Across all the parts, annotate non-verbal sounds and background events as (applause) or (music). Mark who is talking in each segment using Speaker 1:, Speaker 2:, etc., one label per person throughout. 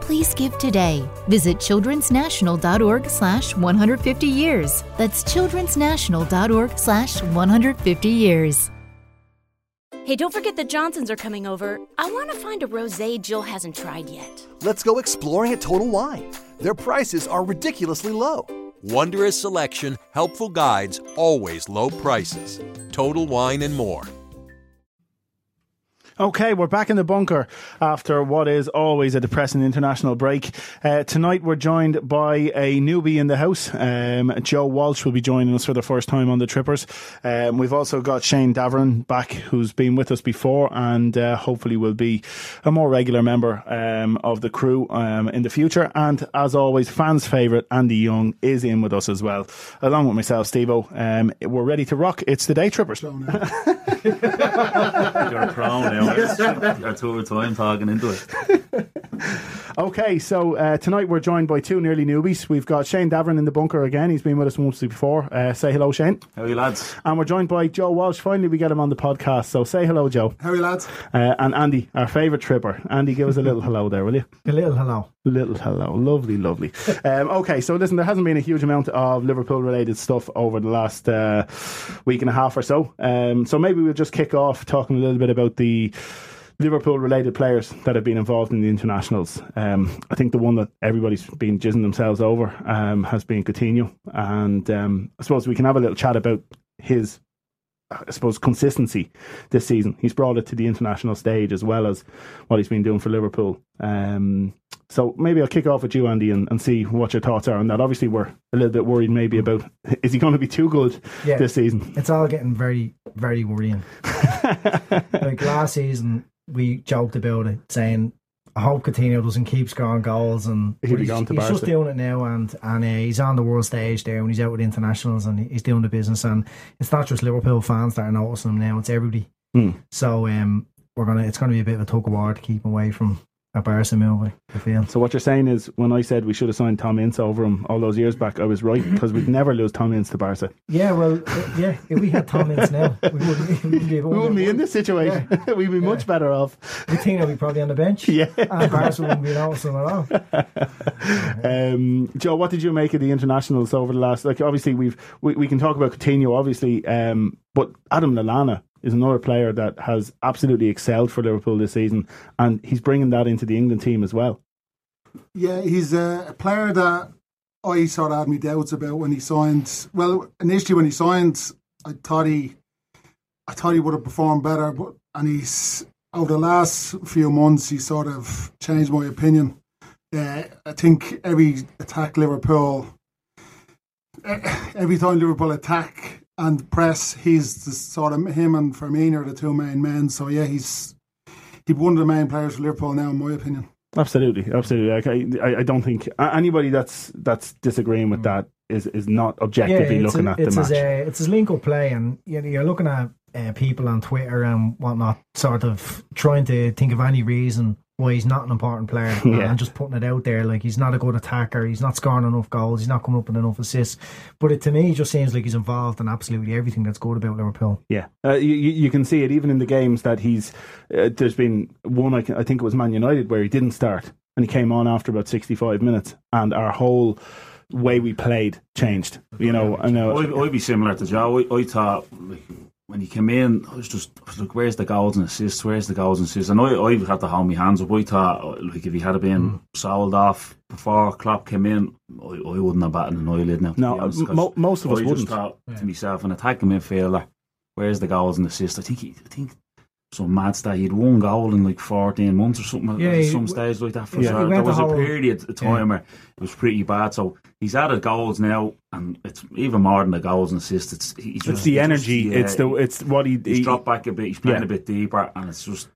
Speaker 1: Please give today. Visit childrensnational.org slash 150 years. That's childrensnational.org slash 150 years.
Speaker 2: Hey, don't forget the Johnsons are coming over. I want to find a rosé Jill hasn't tried yet.
Speaker 3: Let's go exploring at Total Wine. Their prices are ridiculously low.
Speaker 4: Wondrous selection, helpful guides, always low prices. Total Wine and more.
Speaker 5: Okay, we're back in the bunker after what is always a depressing international break. Uh, tonight we're joined by a newbie in the house. Um, Joe Walsh will be joining us for the first time on the Trippers. Um, we've also got Shane Davern back, who's been with us before and uh, hopefully will be a more regular member um, of the crew um, in the future. And as always, fans' favourite Andy Young is in with us as well, along with myself, Steve Um, we're ready to rock. It's the Day Trippers.
Speaker 6: You're a pro
Speaker 5: (laughs)
Speaker 6: now. You're eh? two time talking into it.
Speaker 5: Okay, so uh, tonight we're joined by two nearly newbies. We've got Shane Davern in the bunker again. He's been with us once before. Uh, say hello, Shane.
Speaker 6: How are you lads?
Speaker 5: And we're joined by Joe Walsh. Finally, we get him on the podcast. So say hello, Joe.
Speaker 7: How are you, lads?
Speaker 5: Uh, and Andy, our favourite tripper. Andy, give us a
Speaker 7: (laughs)
Speaker 5: little hello there, will you?
Speaker 7: A little hello.
Speaker 5: Little hello. Lovely, lovely. Um, okay, so listen, there hasn't been a huge amount of Liverpool related stuff over the last uh, week and a half or so. Um, so maybe we'll just kick off talking a little bit about the. Liverpool related players that have been involved in the internationals. Um, I think the one that everybody's been jizzing themselves over um, has been Coutinho. And um, I suppose we can have a little chat about his I suppose consistency this season. He's brought it to the international stage as well as what he's been doing for Liverpool. Um, so maybe I'll kick off with you, Andy, and, and see what your thoughts are on that. Obviously, we're a little bit worried maybe about is he going to be too good
Speaker 7: Yeah.
Speaker 5: this season?
Speaker 7: It's all getting very,
Speaker 5: (laughs)
Speaker 7: very worrying. like last season, we joked about it, saying, "I hope Coutinho doesn't keep scoring goals." And
Speaker 5: He'll be
Speaker 7: but he's,
Speaker 5: gone to
Speaker 7: he's just
Speaker 5: Barca.
Speaker 7: doing it now, and and uh, he's on the world stage there, and he's out with internationals, and he's doing the business. And it's not just Liverpool fans that are noticing him now; it's everybody.
Speaker 5: Hmm.
Speaker 7: So um, we're gonna, it's gonna be a bit of a tug of war to keep him away from a Barca move. I feel.
Speaker 5: (laughs) So what you're saying is when I said we should have signed Tom Ince over him all those years back, I was right because we'd never lose Tom Ince to Barca.
Speaker 7: Yeah, well, uh, yeah. If we had Tom
Speaker 5: (laughs)
Speaker 7: Ince now, we wouldn't, we wouldn't be.
Speaker 5: We wouldn't be in this situation. (laughs) We'd be much better off.
Speaker 7: Coutinho would be probably on the bench.
Speaker 5: (laughs) Yeah.
Speaker 7: and Barca wouldn't be noticing
Speaker 5: (laughs)
Speaker 7: at all.
Speaker 5: Um, Joe, what did you make of the internationals over the last? Like, obviously, we've we, we can talk about Coutinho, obviously, um, but Adam Lallana is another player that has absolutely excelled for Liverpool this season, and he's bringing that into the England team as well.
Speaker 8: Yeah, he's a, a player that I sort of had my doubts about when he signed. Well, initially when he signed, I thought he, I thought he would have performed better, but and he's over the last few months he sort of changed my opinion. Uh, I think every attack Liverpool, e- every time Liverpool attack and press, he's the sort of him and Firmino are the two main men. So yeah, he's he's one of the main players for Liverpool now, in my opinion.
Speaker 5: Absolutely, absolutely. Like, I, I- I don't think a- anybody that's that's disagreeing with that is is not objectively
Speaker 7: Hmm. it's
Speaker 5: looking
Speaker 7: a-
Speaker 5: at
Speaker 7: it's
Speaker 5: the
Speaker 7: His,
Speaker 5: match.
Speaker 7: uh, it's his link up play, and you know, you're looking at uh, people on Twitter and whatnot, sort of trying to think of any reason why he's not an important player
Speaker 5: (laughs) Yeah.
Speaker 7: and just putting it out there. Like he's not a good attacker, he's not scoring enough goals, he's not coming up with enough assists. But it, to me, it just seems like he's involved in absolutely everything that's good about Liverpool.
Speaker 5: Yeah, uh, you, you you can see it even in the games that he's. Uh, there's been one I, can, I think it was Man United where he didn't start and he came on after about 65 minutes and our whole way we played changed. You know, I know.
Speaker 6: I'd, I'd be similar to Joe. I, I thought like, when he came in, I was just I was like, "Where's the goals and assists? Where's the goals and assists?" And I, I had to hold my hands up. I thought like if he had been
Speaker 5: Mm.
Speaker 6: sold off before Klopp came in, I, I wouldn't have batted an eyelid now. to
Speaker 5: No,
Speaker 6: be honest,
Speaker 5: uh,
Speaker 6: 'cause
Speaker 5: mo- most of us
Speaker 6: I
Speaker 5: wouldn't.
Speaker 6: just thought to myself, an attacking midfielder, "Where's the goals and assists?" I think he, I think. Some mad stat. He had one goal in like 14 months or something
Speaker 7: Yeah,
Speaker 6: at
Speaker 7: he-
Speaker 6: some stage like that. For
Speaker 7: Yeah.
Speaker 6: sure.
Speaker 7: He went
Speaker 6: There
Speaker 7: the
Speaker 6: was a
Speaker 7: whole-
Speaker 6: period of time where it was pretty bad. So he's added goals now, and it's even more than the goals and assists. It's, he's
Speaker 5: it's
Speaker 6: just-
Speaker 5: the
Speaker 6: he's
Speaker 5: energy.
Speaker 6: just- yeah,
Speaker 5: it's the. It's what he.
Speaker 6: he's
Speaker 5: he-
Speaker 6: dropped back a bit. He's playing
Speaker 5: Yeah.
Speaker 6: a bit deeper, and it's just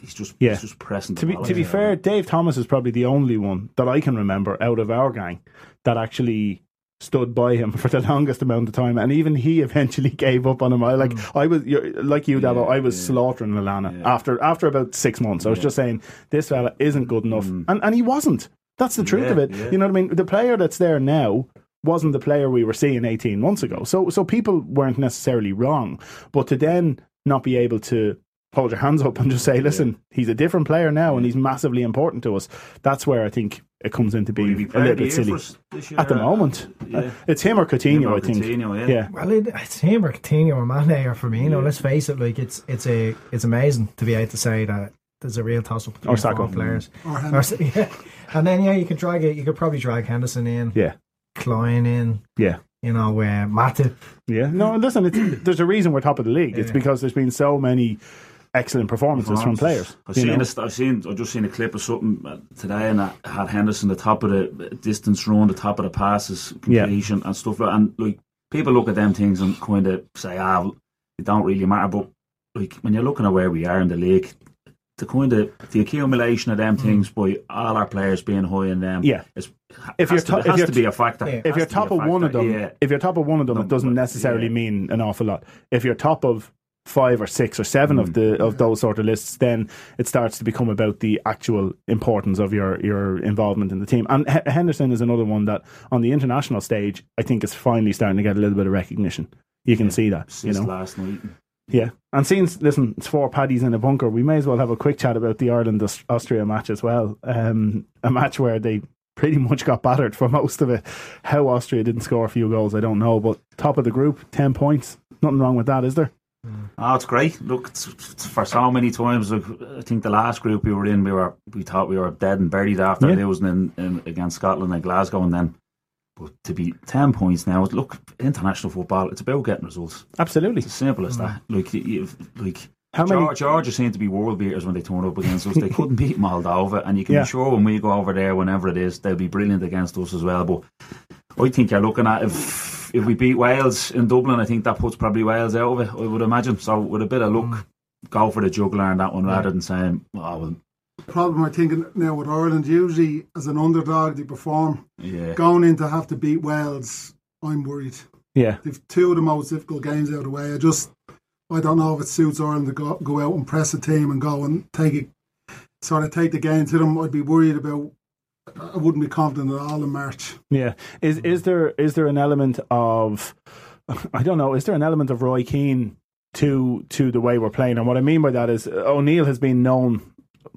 Speaker 6: he's just
Speaker 5: Yeah.
Speaker 6: he's just pressing.
Speaker 5: to
Speaker 6: the
Speaker 5: be
Speaker 6: ball
Speaker 5: to be
Speaker 6: in.
Speaker 5: fair, Dave Thomas is probably the only one that I can remember out of our gang that actually stood by him (laughs) for the longest amount of time, and even he eventually (laughs) gave up on him. I like I was you're, like you, Davo. I was slaughtering Lalana after after about six months. I was just saying this fella isn't good enough, and and he wasn't. That's the truth
Speaker 6: Yeah,
Speaker 5: of it.
Speaker 6: yeah.
Speaker 5: You know what I mean? The player that's there now wasn't the player we were seeing 18 months ago. So so people weren't necessarily wrong, but to then not be able to hold your hands up and just say, listen, he's a different player now and he's massively important to us. That's where I think it comes into
Speaker 6: Will he
Speaker 5: being
Speaker 6: be
Speaker 5: a
Speaker 6: player
Speaker 5: little
Speaker 6: of the
Speaker 5: bit
Speaker 6: year
Speaker 5: silly.
Speaker 6: for us this year?
Speaker 5: At the moment,
Speaker 6: Yeah.
Speaker 5: Uh, it's him or Coutinho,
Speaker 6: Him or
Speaker 5: I think.
Speaker 6: Coutinho, yeah.
Speaker 5: yeah.
Speaker 7: Well, it, it's him or Coutinho or Mane or Firmino. Let's face it, like it's it's a it's amazing to be able to say that there's a real toss up between
Speaker 5: Or Sacco.
Speaker 7: four players.
Speaker 8: Or
Speaker 7: Or
Speaker 8: Henderson.
Speaker 7: s- (laughs) yeah. And then yeah, you could drag it. You could probably drag Henderson in,
Speaker 5: Yeah.
Speaker 7: Klein in,
Speaker 5: Yeah.
Speaker 7: you know, uh, Matip.
Speaker 5: Yeah. No, and listen, it's, there's a reason we're top of the league. It's
Speaker 7: Yeah.
Speaker 5: because there's been so many excellent performances from players.
Speaker 6: I've
Speaker 5: you
Speaker 6: seen,
Speaker 5: know?
Speaker 6: a, I've seen, I've just seen a clip of something uh, today, and I had Henderson the top of the uh, distance run, the top of the passes
Speaker 5: Yeah.
Speaker 6: completion, and stuff like. And like people look at them things and kind of say, ah, well, it don't really matter. But like when you're looking at where we are in the league, the kind of the accumulation of them things by all our players being high in them,
Speaker 5: Mm. Yeah.
Speaker 6: is,
Speaker 5: If
Speaker 6: if
Speaker 5: you're
Speaker 6: has,
Speaker 5: to-
Speaker 6: to,
Speaker 5: if
Speaker 6: be, has
Speaker 5: you're
Speaker 6: to
Speaker 5: to-
Speaker 6: be a factor.
Speaker 7: Yeah.
Speaker 6: Has
Speaker 5: if
Speaker 6: to
Speaker 5: you're
Speaker 6: be
Speaker 5: top
Speaker 6: a
Speaker 5: of one of
Speaker 6: factor,
Speaker 5: them,
Speaker 6: yeah.
Speaker 5: if you're top of one of them,
Speaker 6: No,
Speaker 5: it doesn't
Speaker 6: but-
Speaker 5: necessarily
Speaker 6: yeah.
Speaker 5: mean an awful lot. If you're top of five or six or seven of the of those sort of lists, then it starts to become about the actual importance of your your involvement in the team. And H- Henderson is another one that on the international stage, I think, is finally starting to get a little bit of recognition. You can see that, you
Speaker 6: since
Speaker 5: know.
Speaker 6: last night.
Speaker 5: Yeah, and since listen, it's four paddies in a bunker. We may as well have a quick chat about the Ireland Aus- Austria match as well. Um, a match where they pretty much got battered for most of it. How Austria didn't score a few goals, I don't know. But top of the group, ten points. Nothing wrong with that, is there?
Speaker 6: Oh, it's great. Look, it's, it's for so many times, look, I think the last group we were in, we were we thought we were dead and buried after
Speaker 5: Yeah.
Speaker 6: losing in, in, against Scotland and Glasgow, and then but to be ten points now. Look, international football, it's about getting results.
Speaker 5: Absolutely.
Speaker 6: It's as simple as that. Like, you- you've, like
Speaker 5: How
Speaker 6: Geor-
Speaker 5: many?
Speaker 6: Georgia seem to be world beaters when they turn up against us.
Speaker 5: (laughs)
Speaker 6: They couldn't beat Moldova, and you can
Speaker 5: Yeah.
Speaker 6: be sure when we go over there, whenever it is, they'll be brilliant against us as well. But I think you're looking at if if we beat Wales in Dublin, I think that puts probably Wales out of it. I would imagine. So with a bit of luck,
Speaker 5: Mm.
Speaker 6: go for the juggler on that one rather than saying, "Oh well,
Speaker 8: problem I think now with Ireland, usually as an underdog, they perform.
Speaker 6: yeah."
Speaker 8: Going in to have to beat Wales, I'm worried.
Speaker 5: Yeah,
Speaker 8: They've two of the most difficult games out of the way. I just, I don't know if it suits Ireland to go, go out and press a team and go and take it, sort of take the game to them. I'd be worried about. I wouldn't be confident at all in March.
Speaker 5: yeah. Is is there is there an element of I don't know? Is there an element of Roy Keane to to the way we're playing? And what I mean by that is uh, O'Neill has been known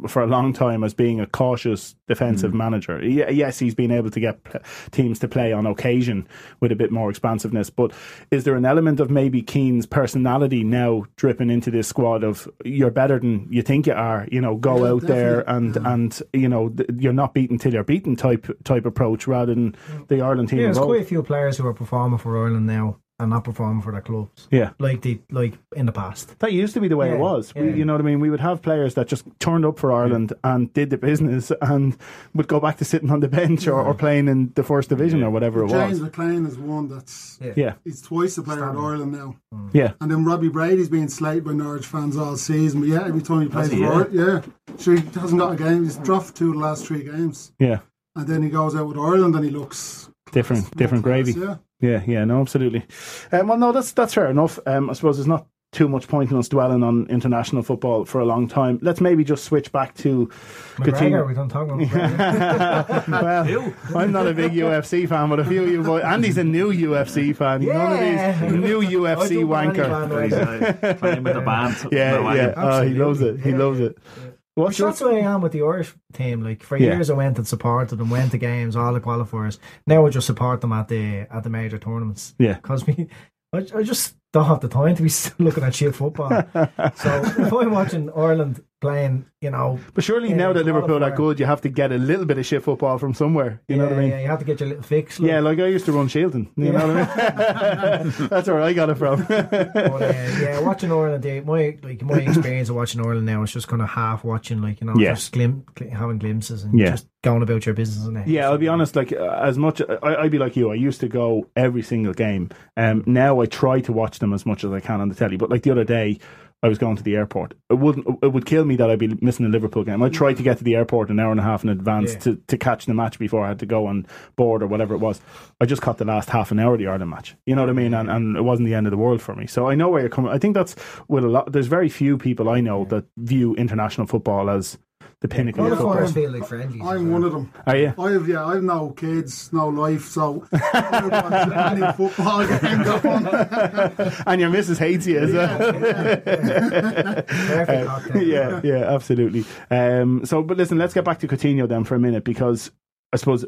Speaker 5: for a long time as being a cautious defensive manager. Y- yes, he's been able to get pl- teams to play on occasion with a bit more expansiveness. But is there an element of maybe Keane's personality now dripping into this squad of you're better than you think you are? You know, go out there and and you know th- you're not beaten till you're beaten type type approach rather than the Ireland team.
Speaker 7: Yeah, there's
Speaker 5: of old.
Speaker 7: quite a few players who are performing for Ireland now and not performing for their clubs,
Speaker 5: yeah.
Speaker 7: like the like in the past.
Speaker 5: That used to be the way
Speaker 7: Yeah,
Speaker 5: it was. We,
Speaker 7: yeah.
Speaker 5: you know what I mean? We would have players that just turned up for Ireland and did the business (laughs) and would go back to sitting on the bench or, or playing in the first division or whatever it was.
Speaker 8: James McLean is one that's
Speaker 5: Yeah,
Speaker 8: he's twice the player at Ireland now.
Speaker 5: yeah.
Speaker 8: And then Robbie Brady's been slated by Norwich fans all season. But yeah, every time he plays
Speaker 6: he,
Speaker 8: for Ireland, yeah. So he hasn't got a game. He's dropped two of the last three games.
Speaker 5: Yeah,
Speaker 8: And then he goes out with Ireland and he looks
Speaker 5: different, different gravy.
Speaker 8: Yeah.
Speaker 5: Yeah, yeah, no, absolutely. Um, well, no, that's that's fair enough. Um, I suppose there's not too much point in us dwelling on international football for a long time. Let's maybe just switch back to
Speaker 7: McGregor,
Speaker 5: Coutinho.
Speaker 7: we don't
Speaker 5: (laughs)
Speaker 7: talk about (laughs) McGregor.
Speaker 5: well, I'm not a big UFC fan, but a few of you boys, Andy's a new UFC fan. He's one of these new
Speaker 7: (laughs) I
Speaker 5: UFC
Speaker 7: don't want any
Speaker 5: wanker.
Speaker 6: He's,
Speaker 7: bandwagon.
Speaker 6: uh, playing with the band.
Speaker 5: (laughs) Yeah, yeah. Oh, he
Speaker 7: Absolutely.
Speaker 5: loves it. He
Speaker 7: Yeah.
Speaker 5: loves it. What's
Speaker 7: Which
Speaker 5: your
Speaker 7: that's where I am with the Irish team. Like for
Speaker 5: Yeah.
Speaker 7: years, I went and supported them, went to games, all the qualifiers. Now I just support them at the at the major tournaments.
Speaker 5: Yeah.
Speaker 7: because we, (laughs) I, I just don't have the time to be (laughs) looking at
Speaker 5: (laughs)
Speaker 7: shit football. so if I'm watching Ireland playing, you know,
Speaker 5: But surely
Speaker 7: Yeah,
Speaker 5: now that
Speaker 7: qualifier.
Speaker 5: Liverpool are good, you have to get a little bit of shit football from somewhere. You know
Speaker 7: yeah,
Speaker 5: what I mean?
Speaker 7: yeah, you have to get your little fix. like.
Speaker 5: Yeah, like I used to run Shielding. You know what I mean?
Speaker 7: (laughs)
Speaker 5: (laughs) That's where I got it from.
Speaker 7: But, uh, yeah, watching Ireland, they, my like my experience of watching Ireland now is just kind of half watching, like you know,
Speaker 5: Yeah.
Speaker 7: just glim, gl- having glimpses and
Speaker 5: Yeah.
Speaker 7: just going about your business. And
Speaker 5: yeah, I'll be honest. Like uh, as much, I, I'd be like you. I used to go every single game. Um, now I try to watch them as much as I can on the telly. But like the other day, I was going to the airport. It wouldn't. It would kill me that I'd be missing the Liverpool game. I tried to get to the airport an hour and a half in advance
Speaker 7: Yeah.
Speaker 5: to, to catch the match before I had to go on board or whatever it was. I just caught the last half an hour of the Ireland match. You know what I mean? And, and it wasn't the end of the world for me. So I know where you're coming. I think that's with a lot. There's very few people I know that view international football as the pinnacle
Speaker 8: Well,
Speaker 5: of
Speaker 8: if I
Speaker 5: football.
Speaker 8: am-
Speaker 7: feel like friendlies. as
Speaker 8: I'm
Speaker 7: well.
Speaker 8: one of them.
Speaker 5: Are you?
Speaker 8: I have yeah, I've no kids, no life, so (laughs) I would watch any football game going.
Speaker 5: (laughs) and your missus hates you. Is it?
Speaker 7: Perfect cocktail.
Speaker 5: Uh, (laughs) yeah, yeah, absolutely. Um, so, but listen, let's get back to Coutinho then for a minute because I suppose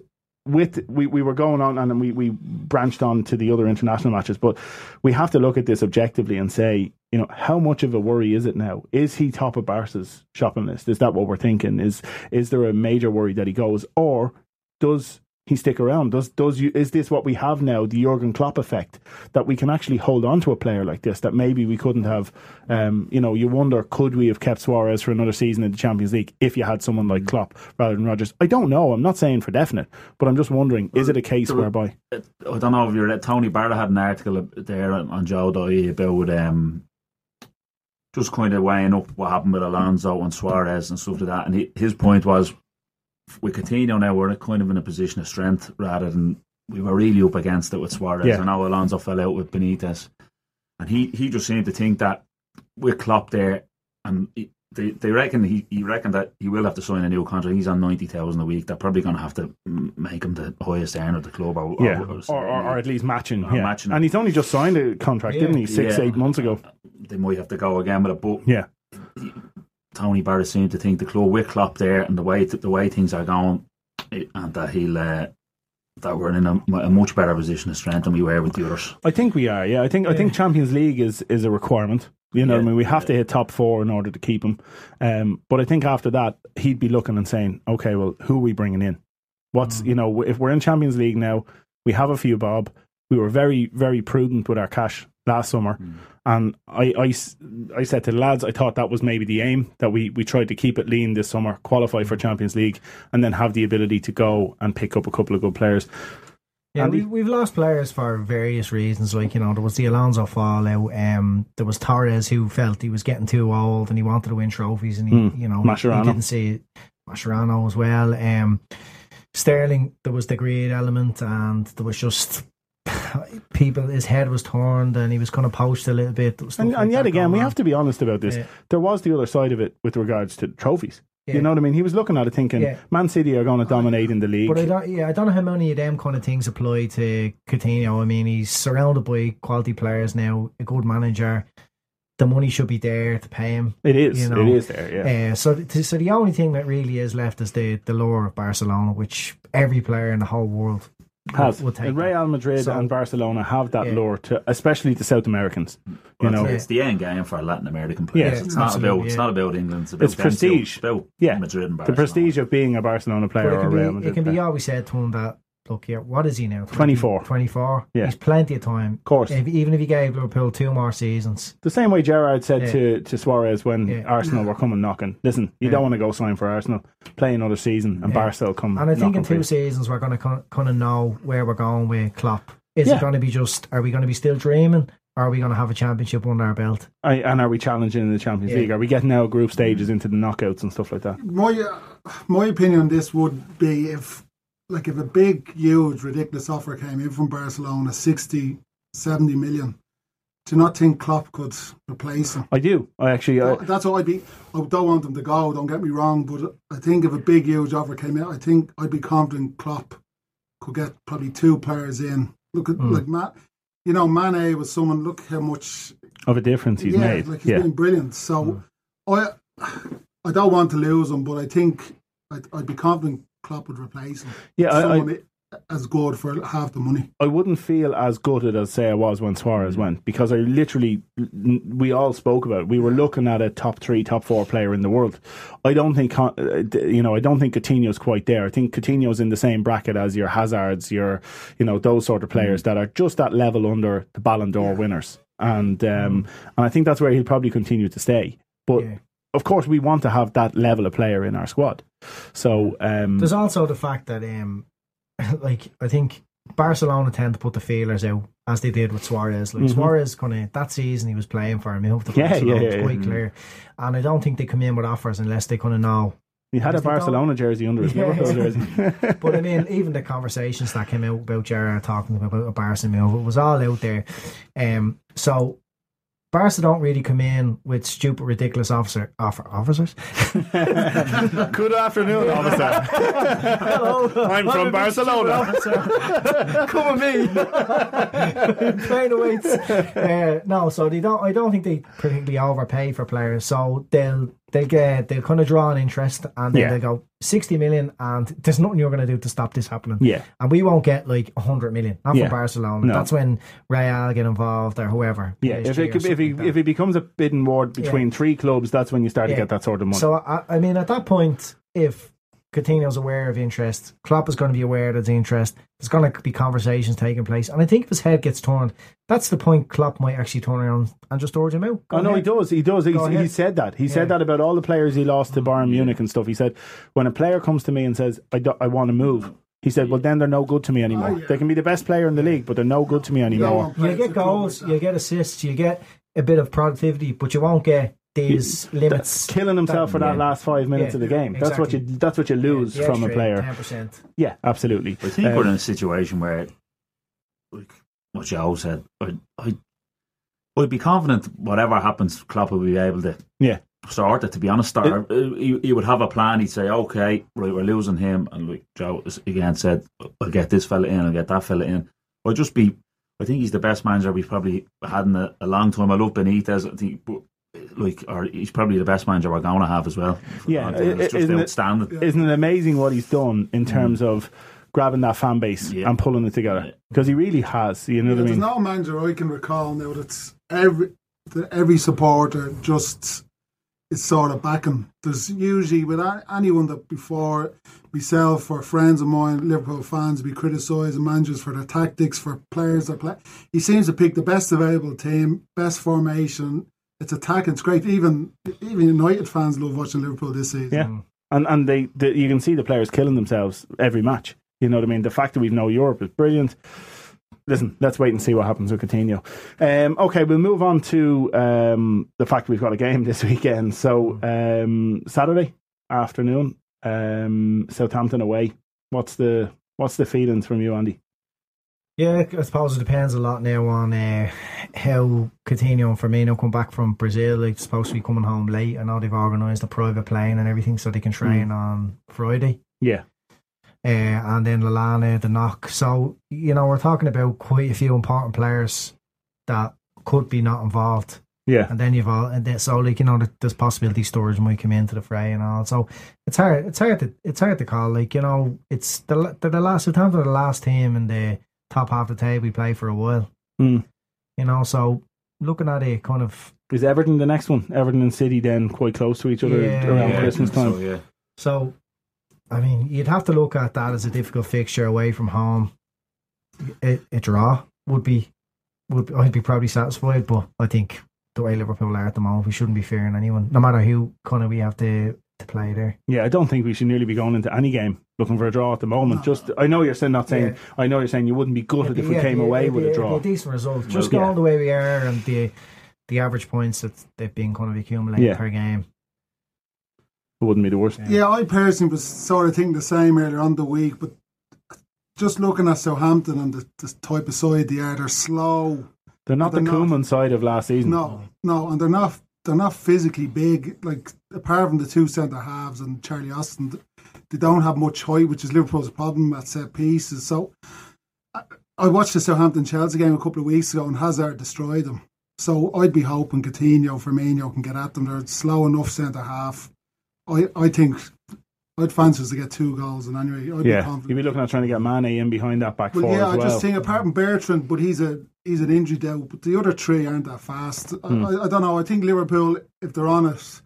Speaker 5: with we, we were going on and then we, we branched on to the other international matches, but we have to look at this objectively and say, you know, how much of a worry is it now? Is he top of Barca's shopping list? Is that what we're thinking? Is is there a major worry that he goes, or does he stick around? Does does you is this what we have now, the Jurgen Klopp effect, that we can actually hold on to a player like this that maybe we couldn't have? Um, you know, you wonder could we have kept Suarez for another season in the Champions League if you had someone
Speaker 6: Mm.
Speaker 5: like Klopp rather than Rodgers? I don't know. I'm not saying for definite, but I'm just wondering: is it a case
Speaker 6: Well,
Speaker 5: whereby?
Speaker 6: I don't know if you're Tony Barra had an article there on, on Joe.ie about um, just kind of weighing up what happened with Alonso and Suarez and stuff like that. And he, his point was with Coutinho now we're kind of in a position of strength rather than we were really up against it with Suarez.
Speaker 5: Yeah.
Speaker 6: I know Alonso fell out with Benitez, and he, he just seemed to think that with Klopp there, and he, they they reckon he he reckoned that he will have to sign a new contract. He's on ninety thousand a week. They're probably going to have to mm, make him the highest earner of the club, or,
Speaker 5: Yeah,
Speaker 6: or,
Speaker 5: or, or, or at least matching.
Speaker 6: Or
Speaker 5: yeah.
Speaker 6: Uh, matching.
Speaker 5: and he's only just signed a contract, didn't he? Six,
Speaker 6: Yeah. Uh,
Speaker 5: eight months ago.
Speaker 6: they might have to go again with a book.
Speaker 5: Yeah,
Speaker 6: Tony Barrett seemed to think the club with Klopp there and the way the way things are going, it, and that he'll uh, that we're in a, a much better position of strength than we were with the others.
Speaker 5: I think we are. Yeah, I think I think Champions League is is a requirement. You know, what I
Speaker 6: Yeah.
Speaker 5: mean, we have to hit top four in order to keep him. Um, but I think after that, he'd be looking and saying, "Okay, well, who are we bringing in?
Speaker 6: Mm.
Speaker 5: What's you know, if we're in Champions League now, we have a few bob. We were very very prudent with our cash last summer,
Speaker 6: Mm.
Speaker 5: and I, I s- I said to the lads, I thought that was maybe the aim that we we tried to keep it lean this summer, qualify
Speaker 6: Mm.
Speaker 5: for Champions League, and then have the ability to go and pick up a couple of good players.
Speaker 7: Yeah,
Speaker 5: Andy?
Speaker 7: we, we've lost players for various reasons. Like, you know, there was the Alonso fallout. Um, there was Torres who felt he was getting too old and he wanted to win trophies and he,
Speaker 5: Mm.
Speaker 7: you know,
Speaker 5: Mascherano.
Speaker 7: he didn't see it. Mascherano as well. Um, Sterling, there was the greed element and there was just (laughs) people, his head was turned and he was kind of poached a little bit. There was stuff
Speaker 5: And,
Speaker 7: like
Speaker 5: and yet
Speaker 7: that
Speaker 5: again, we
Speaker 7: going on.
Speaker 5: have to be honest about this.
Speaker 7: Yeah.
Speaker 5: There was the other side of it with regards to trophies. You
Speaker 7: Yeah.
Speaker 5: know what I mean? He was looking at it thinking,
Speaker 7: Yeah.
Speaker 5: Man City are going to dominate in the league.
Speaker 7: But I don't, yeah, I don't know how many of them kind of things apply to Coutinho. I mean, he's surrounded by quality players now, a good manager. The money should be there to pay him.
Speaker 5: it is.
Speaker 7: you know,
Speaker 5: it is there, yeah.
Speaker 7: Uh, so, th- so the only thing that really is left is the the lure of Barcelona, which every player in the whole world
Speaker 5: Has.
Speaker 7: would take
Speaker 5: And
Speaker 7: that.
Speaker 5: Real Madrid
Speaker 7: So-
Speaker 5: and Barcelona have that
Speaker 7: Yeah.
Speaker 5: lure, to, especially to South Americans. You
Speaker 6: Well,
Speaker 5: know,
Speaker 6: it's, it's the end game for Latin American players.
Speaker 5: Yeah,
Speaker 6: it's not
Speaker 7: absolutely,
Speaker 6: about
Speaker 7: yeah.
Speaker 6: it's not about England. It's about
Speaker 5: It's
Speaker 6: them two.
Speaker 5: prestige.
Speaker 6: It's about
Speaker 5: Yeah.
Speaker 6: Madrid and
Speaker 5: the
Speaker 6: Barcelona.
Speaker 5: prestige of being a Barcelona
Speaker 7: But
Speaker 5: player
Speaker 7: it
Speaker 5: or a
Speaker 7: can,
Speaker 5: Real
Speaker 7: be,
Speaker 5: Madrid
Speaker 7: it can be
Speaker 5: player.
Speaker 7: always said to him that look here, what is he now?
Speaker 5: 24.
Speaker 7: 24.
Speaker 5: Yeah.
Speaker 7: he's plenty of time. Of
Speaker 5: course.
Speaker 7: even if he gave Liverpool two more seasons,
Speaker 5: The same way Gerard said
Speaker 7: Yeah.
Speaker 5: to, to Suarez when
Speaker 7: Yeah.
Speaker 5: Arsenal were coming knocking, listen, you
Speaker 7: Yeah.
Speaker 5: don't want to go sign for Arsenal, play another season, and
Speaker 7: Yeah.
Speaker 5: Barca will come.
Speaker 7: and I think
Speaker 5: knocking
Speaker 7: in
Speaker 5: for you.
Speaker 7: two seasons we're going to kind of know where we're going with Klopp. Is
Speaker 5: Yeah.
Speaker 7: it going to be just? Are we going to be still dreaming? Or are we going to have a championship under our belt?
Speaker 5: I, and are we challenging in the Champions
Speaker 7: Yeah.
Speaker 5: League? Are we getting out of group stages
Speaker 8: Mm.
Speaker 5: into the knockouts and stuff like that?
Speaker 8: my uh, my opinion on this would be if like if a big huge ridiculous offer came in from Barcelona 60 70 million do you not think Klopp could replace him
Speaker 5: I do. I actually. uh, I,
Speaker 8: that's what I'd be I don't want them to go don't get me wrong but I think if a big huge offer came in I think I'd be confident Klopp could get probably two players in look at
Speaker 5: Hmm.
Speaker 8: like Matt you know Mane was someone look how much
Speaker 5: of a difference he's
Speaker 8: yeah,
Speaker 5: made.
Speaker 8: Like he's
Speaker 5: yeah. Hmm.
Speaker 8: been brilliant. So I I don't want to lose him, but I think I'd, I'd be confident Klopp would replace him.
Speaker 5: Yeah, I- I-
Speaker 8: Someone as good for half the money.
Speaker 5: I wouldn't feel as gutted as say I was when
Speaker 7: Mm.
Speaker 5: Suarez went because I literally we all spoke about it. we were looking at a top three, top four player in the world. I don't think Con- uh, d- you know I don't think Coutinho's quite there. I think Coutinho's in the same bracket as your Hazards, your you know those sort of
Speaker 7: Mm.
Speaker 5: players that are just that level under the Ballon d'Or winners, and um, and I think that's where he'll probably continue to stay. But
Speaker 7: Mm. Yeah.
Speaker 5: of course, we want to have that level of player in our squad. So um,
Speaker 7: There's also the fact that, um, (laughs) like, I think Barcelona tend to put the feelers out as they did with Suarez. Like Suarez, kind of that season he was playing for him, he moved to
Speaker 5: Mm-hmm. Yeah, yeah,
Speaker 7: Barcelona,
Speaker 5: yeah,
Speaker 7: it's
Speaker 5: yeah.
Speaker 7: quite clear. And I don't think they come in with offers unless they kind of know.
Speaker 5: He had a
Speaker 7: Because they
Speaker 5: Barcelona jersey under his
Speaker 7: Yeah,
Speaker 5: Liverpool
Speaker 7: yeah. (laughs)
Speaker 5: jersey. (laughs)
Speaker 7: But I mean, even the conversations that came out about Gerard talking about a Barca move, it was all out there. Um, so Barca don't really come in with stupid, ridiculous officer offer officers. (laughs)
Speaker 5: Good afternoon, officer.
Speaker 7: Hello.
Speaker 5: I'm from
Speaker 7: a big stupid
Speaker 5: Barcelona.
Speaker 7: officer. Come with me. Trying to wait. Uh, no, so they don't. I don't think they particularly overpay for players. So they'll they'll get they'll kind of draw an interest, and then
Speaker 5: Yeah.
Speaker 7: they'll go sixty million, and there's nothing you're going to do to stop this happening.
Speaker 5: Yeah.
Speaker 7: and we won't get like hundred million. Not
Speaker 5: Yeah.
Speaker 7: from Barcelona.
Speaker 5: No.
Speaker 7: That's when Real get involved or whoever.
Speaker 5: Yeah,
Speaker 7: PSG
Speaker 5: if it,
Speaker 7: or
Speaker 5: could- if,
Speaker 7: something
Speaker 5: he,
Speaker 7: like that.
Speaker 5: if it becomes a bidding war between three clubs, that's when you start
Speaker 7: Yeah.
Speaker 5: to get that sort of money.
Speaker 7: So I, I mean, at that point, if Coutinho's aware of interest, Klopp is going to be aware of the interest. There's going to be conversations taking place, and I think if his head gets turned, that's the point Klopp might actually turn around and just order him out. Go
Speaker 5: oh no, he
Speaker 7: ahead.
Speaker 5: does. He does. He's, he
Speaker 7: ahead.
Speaker 5: said that. He said
Speaker 7: Yeah. Mm-hmm.
Speaker 5: that about all the players he lost to Bayern Munich and stuff. He said, when a player comes to me and says, "I, do- I want to move," he said, "Well, then they're no good to me anymore.
Speaker 7: Oh,
Speaker 5: They can be the best player in the league, but they're no good to me anymore."
Speaker 8: won't play
Speaker 7: You get
Speaker 8: for club like
Speaker 7: goals,
Speaker 8: that.
Speaker 7: you get assists, you get a bit of productivity, but you won't get these limits.
Speaker 5: That's killing himself for that
Speaker 7: yeah.
Speaker 5: last five minutes
Speaker 7: Yeah,
Speaker 5: of the game. That's what you.
Speaker 7: exactly.
Speaker 5: That's what you lose from a player.
Speaker 7: ten percent.
Speaker 5: Yeah, absolutely.
Speaker 6: I think
Speaker 5: Um,
Speaker 6: we're in a situation where, like what Joe said, I, I, I'd be confident whatever happens, Klopp will be able to
Speaker 5: yeah,
Speaker 6: start it. To be honest, start, he, he would have a plan. He'd say, okay, right, we're losing him, and like Joe s- again said, I'll get this fella in, I'll get that fella in. I'd just be. I think he's the best manager we've probably had in a, a long time. I love Benitez. I think, but, like, or he's probably the best manager we're going to have as well. uh,
Speaker 5: Yeah,
Speaker 6: it's just
Speaker 5: isn't it-
Speaker 6: outstanding.
Speaker 5: isn't it amazing what he's done in terms of grabbing that fan base
Speaker 6: Mm. Yeah.
Speaker 5: and pulling it together? Because he really has. You know what I
Speaker 8: There's
Speaker 5: mean?
Speaker 8: no manager I can recall now that's every that every supporter just is sort of backing. There's usually with a- anyone that before myself or friends of mine, Liverpool fans, be criticising managers for their tactics, for players that play. He seems to pick the best available team, best formation. It's attacking. It's great. Even even United fans love watching Liverpool this season.
Speaker 5: Yeah,
Speaker 6: Mm.
Speaker 5: and and they, the you can see the players killing themselves every match. You know what I mean? The fact that we've no Europe is brilliant. Listen, let's wait and see what happens with Coutinho. Um, okay, we'll move on to um, the fact we've got a game (laughs) this weekend. So
Speaker 6: Mm.
Speaker 5: um, Saturday afternoon, um, Southampton away. What's the what's the feelings from you, Andy?
Speaker 7: Yeah, I suppose it depends a lot now on uh, how Coutinho and Firmino come back from Brazil. Like, they're supposed to be coming home late. I know they've organised a private plane and everything so they can train on Friday.
Speaker 5: Yeah,
Speaker 7: Uh, and then Lalana, the knock. So, you know, we're talking about quite a few important players that could be not involved.
Speaker 5: yeah,
Speaker 7: And then you've all, and then, so like you know, th- there's possibility storage might come into the fray and all. So it's hard, it's hard to, it's hard to call. Like you know, it's the la- they're the last Southampton are the last team in the top half of the table we play for a while.
Speaker 5: Mm.
Speaker 7: You know, so looking at it, kind of
Speaker 5: Is Everton the next one? Everton and City then quite close to each other
Speaker 7: Yeah.
Speaker 5: around
Speaker 7: Yeah, I
Speaker 5: Christmas time.
Speaker 6: So, yeah.
Speaker 7: so. I mean, you'd have to look at that as a difficult fixture away from home. A, a draw would be, would I'd be probably satisfied, but I think the way Liverpool are at the moment, we shouldn't be fearing anyone, no matter who kind of we have to to play there.
Speaker 5: Yeah, I don't think we should nearly be going into any game looking for a draw at the moment. Just, I know you're saying not saying.
Speaker 7: Yeah.
Speaker 5: I know you're saying you wouldn't be gutted if we
Speaker 7: Yeah,
Speaker 5: came
Speaker 7: yeah,
Speaker 5: away
Speaker 7: yeah,
Speaker 5: with
Speaker 7: yeah,
Speaker 5: a draw.
Speaker 7: yeah, decent result. Just
Speaker 5: yeah.
Speaker 7: going the way we are and the the average points that they've been kind of accumulating
Speaker 5: Yeah.
Speaker 7: per game.
Speaker 5: It wouldn't be the worst.
Speaker 8: Yeah, I personally was sort of thinking the same earlier on the week, but just looking at Southampton and the, the type of side they are, they're slow.
Speaker 5: They're not
Speaker 8: They're
Speaker 5: the
Speaker 8: not.
Speaker 5: Koeman side of last season.
Speaker 8: No, no, and they're not they're not physically big. Like apart from the two centre halves and Charlie Austin, they don't have much height, which is Liverpool's problem at set pieces. So I, I watched the Southampton Chelsea game a couple of weeks ago, and Hazard destroyed them. So I'd be hoping Coutinho, Firmino can get at them. They're slow enough centre half. I I think I'd fancy us to get two goals, and anyway, I'd be
Speaker 5: Yeah,
Speaker 8: confident.
Speaker 5: you'd be looking at trying to get Mane in behind that back
Speaker 8: Well,
Speaker 5: four
Speaker 8: yeah,
Speaker 5: as
Speaker 8: I
Speaker 5: well.
Speaker 8: just think apart from Bertrand, but he's a he's an injury doubt. But the other three aren't that fast.
Speaker 5: Hmm.
Speaker 8: I, I, I don't know. I think Liverpool, if they're on it,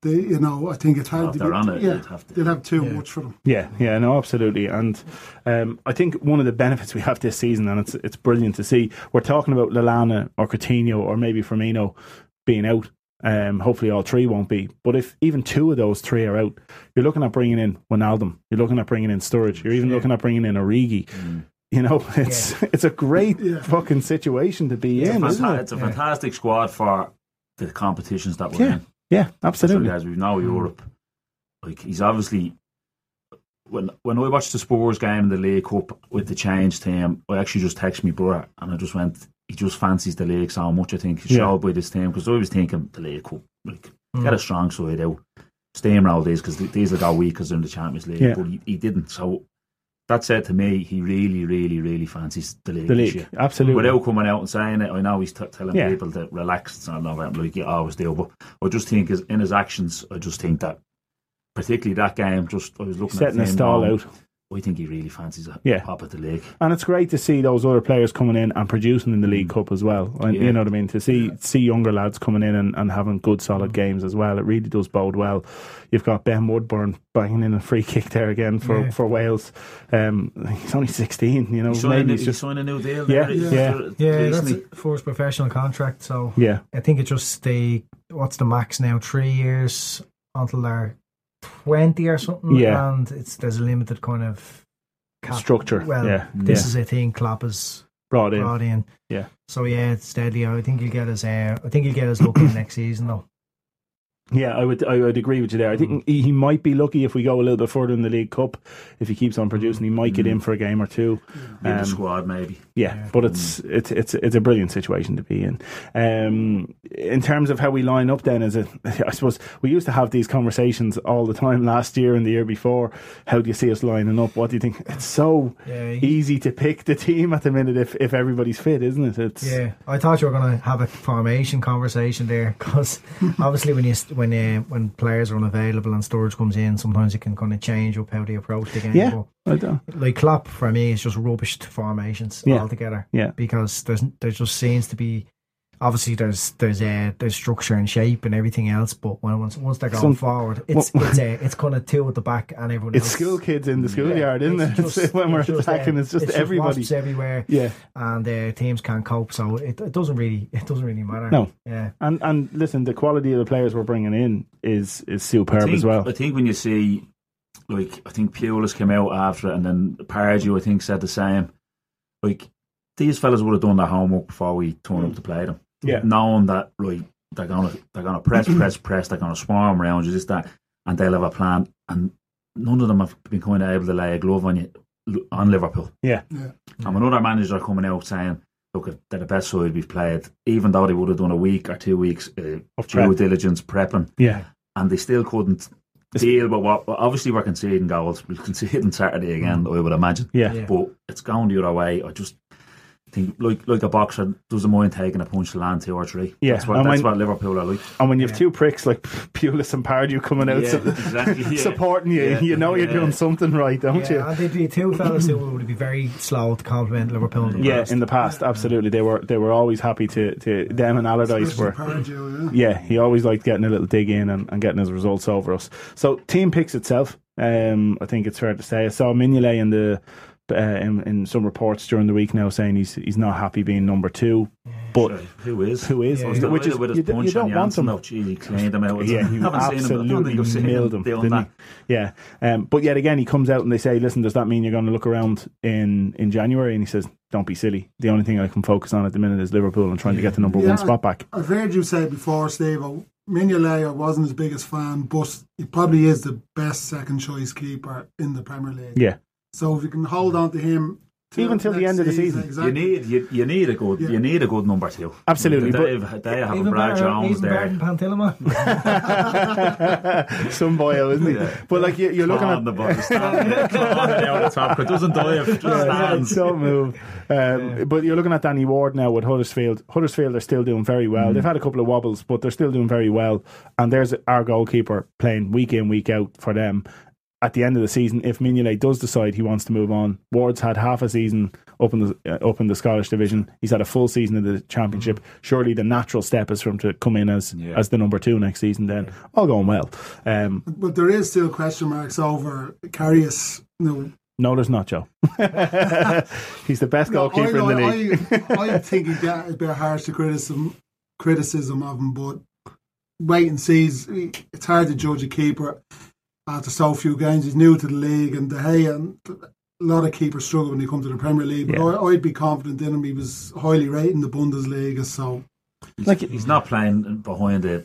Speaker 8: they you know I think it's hard
Speaker 6: If
Speaker 8: to
Speaker 6: they're
Speaker 8: be-
Speaker 6: on it,
Speaker 8: Yeah,
Speaker 6: they'd have to-
Speaker 8: they'll have too much for them.
Speaker 5: Yeah, yeah, no, absolutely. And um, I think one of the benefits we have this season, and it's it's brilliant to see, we're talking about Lalana or Coutinho or maybe Firmino being out. Um, hopefully, all three won't be. But if even two of those three are
Speaker 6: Mm.
Speaker 5: out, you're looking at bringing in Wijnaldum. You're looking at bringing in Sturridge. You're even looking at bringing in Origi. You know, (laughs) it's it's a
Speaker 6: (laughs)
Speaker 5: great fucking situation to be in,
Speaker 6: Fanta-
Speaker 5: isn't it?
Speaker 6: it's a fantastic squad for the competitions that we're
Speaker 5: Yeah,
Speaker 6: in.
Speaker 5: yeah, absolutely.
Speaker 6: So, as we know, Europe, like he's obviously. When when I watched the Spurs game in the League Cup with the change team, I actually just texted me brother, and I just went, he just fancies the league so much. I think he
Speaker 5: Yeah. Hmm.
Speaker 6: showed by this team because I was thinking the League Cup, like get a strong side out, steamroll these because these will go weak because they're in the Champions League.
Speaker 5: Yeah.
Speaker 6: But he, he didn't. So that said to me, he really, really, really fancies the league.
Speaker 5: The
Speaker 6: this
Speaker 5: league,
Speaker 6: year.
Speaker 5: absolutely.
Speaker 6: Without coming out and saying it, I know he's t- telling
Speaker 5: Yeah.
Speaker 6: people to relax and all that, like you always do. But I just think his, in his actions, I just think that, particularly that game, just I was looking
Speaker 5: Setting
Speaker 6: at
Speaker 5: a
Speaker 6: him
Speaker 5: stall
Speaker 6: going,
Speaker 5: out.
Speaker 6: I think he really fancies a
Speaker 5: Yeah.
Speaker 6: pop at the league.
Speaker 5: And it's great to see those other players coming in and producing in the
Speaker 7: Mm.
Speaker 5: League Cup as well. And,
Speaker 6: Yeah.
Speaker 5: You know what I mean? To see see younger lads coming in and, and having good
Speaker 7: Mm.
Speaker 5: solid games as well, it really does bode well. You've got Ben Woodburn banging in a free kick there again for, for Wales. Um, he's only 16, you know.
Speaker 6: He signed,
Speaker 5: maybe
Speaker 6: a,
Speaker 5: he's
Speaker 6: he
Speaker 5: just.
Speaker 6: signed a new deal.
Speaker 5: Yeah,
Speaker 6: there,
Speaker 5: yeah.
Speaker 7: Yeah, that's
Speaker 6: recently.
Speaker 7: it for his professional contract. So
Speaker 5: Yeah,
Speaker 7: I think it just the what's the max now? Three years until they're twenty or something.
Speaker 5: Yeah.
Speaker 7: and it's there's a limited kind of cap.
Speaker 5: Structure,
Speaker 7: Well,
Speaker 5: yeah,
Speaker 7: this
Speaker 5: yeah.
Speaker 7: is a thing Klopp has
Speaker 5: brought in.
Speaker 7: brought in.
Speaker 5: Yeah.
Speaker 7: So yeah, it's deadly. I think he'll get his. Uh, I think he'll get his look in (coughs) next season though.
Speaker 5: Yeah, I would I would agree with you there. I
Speaker 7: Mm.
Speaker 5: think he he might be lucky if we go a little bit further in the League Cup. If he keeps on producing, he might get in
Speaker 7: Mm.
Speaker 5: for a game or two.
Speaker 6: in the
Speaker 5: Um,
Speaker 6: squad maybe.
Speaker 5: Yeah, but it's
Speaker 7: Mm.
Speaker 5: it's it's it's a brilliant situation to be in. Um, in terms of how we line up, then is it? (laughs) I suppose we used to have these conversations all the time (laughs) last year and the year before. How do you see us lining up? What do you think? It's so
Speaker 7: Yeah, you-
Speaker 5: easy to pick the team at the minute if if everybody's fit, isn't it? It's
Speaker 7: Yeah, I thought you were going to have a formation conversation there (laughs) because obviously when you st- when uh, when players are unavailable and storage comes in, sometimes it can kind of change up how they approach the game.
Speaker 5: yeah. I don't-
Speaker 7: But, like Klopp for me is just rubbish to formations
Speaker 5: Yeah.
Speaker 7: altogether.
Speaker 5: Yeah.
Speaker 7: because there's there just seems to be obviously there's there's uh, there's structure and shape and everything else, but when once once they're going
Speaker 5: Some-
Speaker 7: forward, it's
Speaker 5: what-
Speaker 7: it's uh, it's kind of two at the back and everyone
Speaker 5: It's
Speaker 7: else.
Speaker 5: school kids in the schoolyard, isn't it? (laughs)
Speaker 7: It's just-
Speaker 5: when we're
Speaker 7: it's just, uh,
Speaker 5: attacking, it's just everybody.
Speaker 7: wasps everywhere
Speaker 5: yeah.
Speaker 7: and uh, teams can't cope. So it, it doesn't really it doesn't really matter.
Speaker 5: No.
Speaker 7: Yeah.
Speaker 5: And and listen, the quality of the players we're bringing in is is superb
Speaker 6: think-
Speaker 5: as well.
Speaker 6: I think when you see, like, I think Pulis came out after it, and then Pardew, I think, said the same. Like, these fellas would have done their homework before we turned
Speaker 5: Mm.
Speaker 6: up to play them.
Speaker 5: Yeah.
Speaker 7: Mm.
Speaker 6: knowing that, right, they're gonna they're gonna
Speaker 5: (clears throat)
Speaker 6: press, press, press. They're gonna swarm around you, this that, and they'll have a plan. And none of them have been kind of able to lay a glove on you on Liverpool.
Speaker 5: Yeah.
Speaker 6: And when other managers are coming out saying, look, if they're the best side we've played, even though they would have done a week or two weeks uh,
Speaker 5: Of
Speaker 6: due
Speaker 5: prep.
Speaker 6: diligence prepping,
Speaker 5: Yeah.
Speaker 6: and they still couldn't deal with what. well, Obviously, we're conceding goals. We're conceding Saturday again,
Speaker 5: Mm.
Speaker 6: I would imagine.
Speaker 5: Yeah.
Speaker 7: Yeah.
Speaker 6: But it's going the other way. I just think, like like a boxer, doesn't mind taking a punch to land two or three.
Speaker 5: Yeah,
Speaker 6: That's, what,
Speaker 5: and
Speaker 6: that's
Speaker 5: when-
Speaker 6: what Liverpool are like.
Speaker 5: And when you have two pricks like (laughs) Pulis and Pardew coming out
Speaker 6: Yeah,
Speaker 5: su- (laughs)
Speaker 6: exactly, yeah.
Speaker 5: supporting you,
Speaker 6: Yeah,
Speaker 5: you know you're
Speaker 6: yeah.
Speaker 5: doing something right, don't
Speaker 7: Yeah, and they'd be two fellas who would be very slow to compliment Liverpool. in the
Speaker 5: you? Yeah,
Speaker 7: past.
Speaker 5: in the past, absolutely. They were they were always happy to, to them and Allardyce
Speaker 8: Especially
Speaker 5: were
Speaker 8: Pardew, yeah.
Speaker 5: yeah, he always liked getting a little dig in and, and getting his results over us. So team picks itself. Um, I think it's fair to say. I saw Mignolet in the uh, in, in some reports during the week now saying he's he's not happy being number two, but
Speaker 6: Uh, Who is?
Speaker 5: who is?
Speaker 6: He's
Speaker 5: Which is
Speaker 6: delighted with his
Speaker 5: you, d-
Speaker 6: punch
Speaker 5: you don't
Speaker 6: on
Speaker 5: want
Speaker 6: Jansen.
Speaker 5: him.
Speaker 6: Oh, gee, he cleaned him out.
Speaker 5: Yeah, he
Speaker 6: (laughs) I haven't seen him. I don't
Speaker 5: absolutely
Speaker 6: think I've seen
Speaker 5: nailed him.
Speaker 6: him doing
Speaker 5: didn't
Speaker 6: that.
Speaker 5: he? Yeah, um, but yet again, he comes out and they say, "Listen, does that mean you're going to look around in in January?" And he says, "Don't be silly. The only thing I can focus on at the minute is Liverpool and trying to get the number
Speaker 8: Yeah.
Speaker 5: one spot back."
Speaker 8: I've heard you say before, Steve, uh, Mignolet I wasn't his biggest fan, but he probably is the best second choice keeper in the Premier League.
Speaker 5: Yeah, (laughs)
Speaker 8: So if you can hold on to him
Speaker 5: Even till the
Speaker 8: next
Speaker 5: end of the season.
Speaker 6: You
Speaker 8: exactly.
Speaker 6: need you, you need a good you need a good number two.
Speaker 5: Absolutely, but-
Speaker 6: they have, they have a Brad
Speaker 7: better-
Speaker 6: Jones
Speaker 7: even
Speaker 6: there.
Speaker 7: better than Pantilima.
Speaker 5: (laughs) some boy, isn't he? But like you, you're looking
Speaker 6: Come
Speaker 5: at
Speaker 6: on, the ball,
Speaker 7: (laughs)
Speaker 6: stand there, come on down the top. It doesn't dive, just
Speaker 5: Yeah,
Speaker 6: stands.
Speaker 5: don't move. Um, But you're looking at Danny Ward now with Huddersfield. Huddersfield are still doing very well. They've had a couple of wobbles, but they're still doing very well. And there's our goalkeeper playing week in, week out for them. At the end of the season, if Mignolet does decide he wants to move on, Ward's had half a season up in the uh, up in the Scottish division. He's had a full season in the Championship. Surely the natural step is for him to come in as
Speaker 6: Yeah.
Speaker 5: as the number two next season. Then all going well. Um,
Speaker 8: But there is still question marks over Carius. No,
Speaker 5: no, there's not Joe. (laughs) He's the best goalkeeper in the league.
Speaker 8: (laughs) I, I, I think he got a bit harsh to criticism criticism of him, but wait and see. It's hard to judge a keeper after so few games. He's new to the league, and De Gea and lot of keepers struggle when they come to the Premier League, but
Speaker 5: Yeah.
Speaker 8: I, I'd be confident in him. He was highly rated in the Bundesliga, so
Speaker 6: He's,
Speaker 5: Like-
Speaker 6: he's not playing behind a,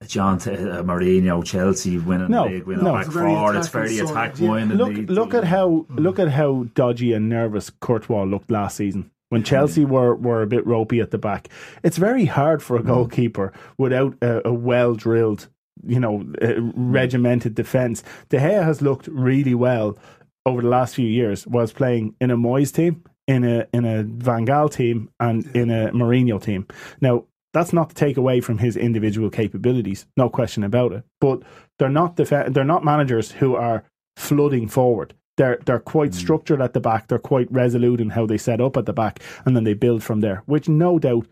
Speaker 6: a John T- a Mourinho, Chelsea winning
Speaker 5: No,
Speaker 6: league, winning
Speaker 5: no.
Speaker 6: back
Speaker 8: It's very
Speaker 6: forward. It's
Speaker 8: attacking
Speaker 6: very
Speaker 8: sort of
Speaker 6: attack
Speaker 8: team.
Speaker 6: minded.
Speaker 5: look look at how look at how dodgy and nervous Courtois looked last season. When Chelsea were, were a bit ropey at the back, it's very hard for a goalkeeper without a, a well drilled, you know, uh, regimented defense. De Gea has looked really well over the last few years. Whilst playing in a Moyes team, in a in a Van Gaal team, and in a Mourinho team. Now that's not to take away from his individual capabilities, no question about it. But they're not def- they're not managers who are flooding forward. They're they're quite structured at the back. They're quite resolute in how they set up at the back, and then they build from there, which no doubt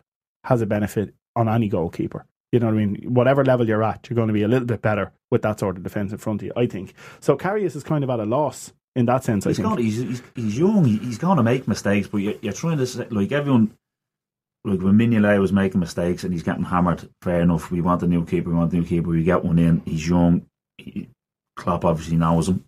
Speaker 5: has a benefit on any goalkeeper. You know what I mean? Whatever level you're at, you're going to be a little bit better with that sort of defense in front of you. I think so. Karius is kind of at a loss in that sense. I
Speaker 6: he's
Speaker 5: think.
Speaker 6: gone. He's, he's, he's young. he- He's going to make mistakes, but you're, you're trying to say, like everyone. Like when Mignolet was making mistakes and he's getting hammered. Fair enough. We want the new keeper. We want the new keeper. We get one in. He's young. He, Klopp obviously knows him.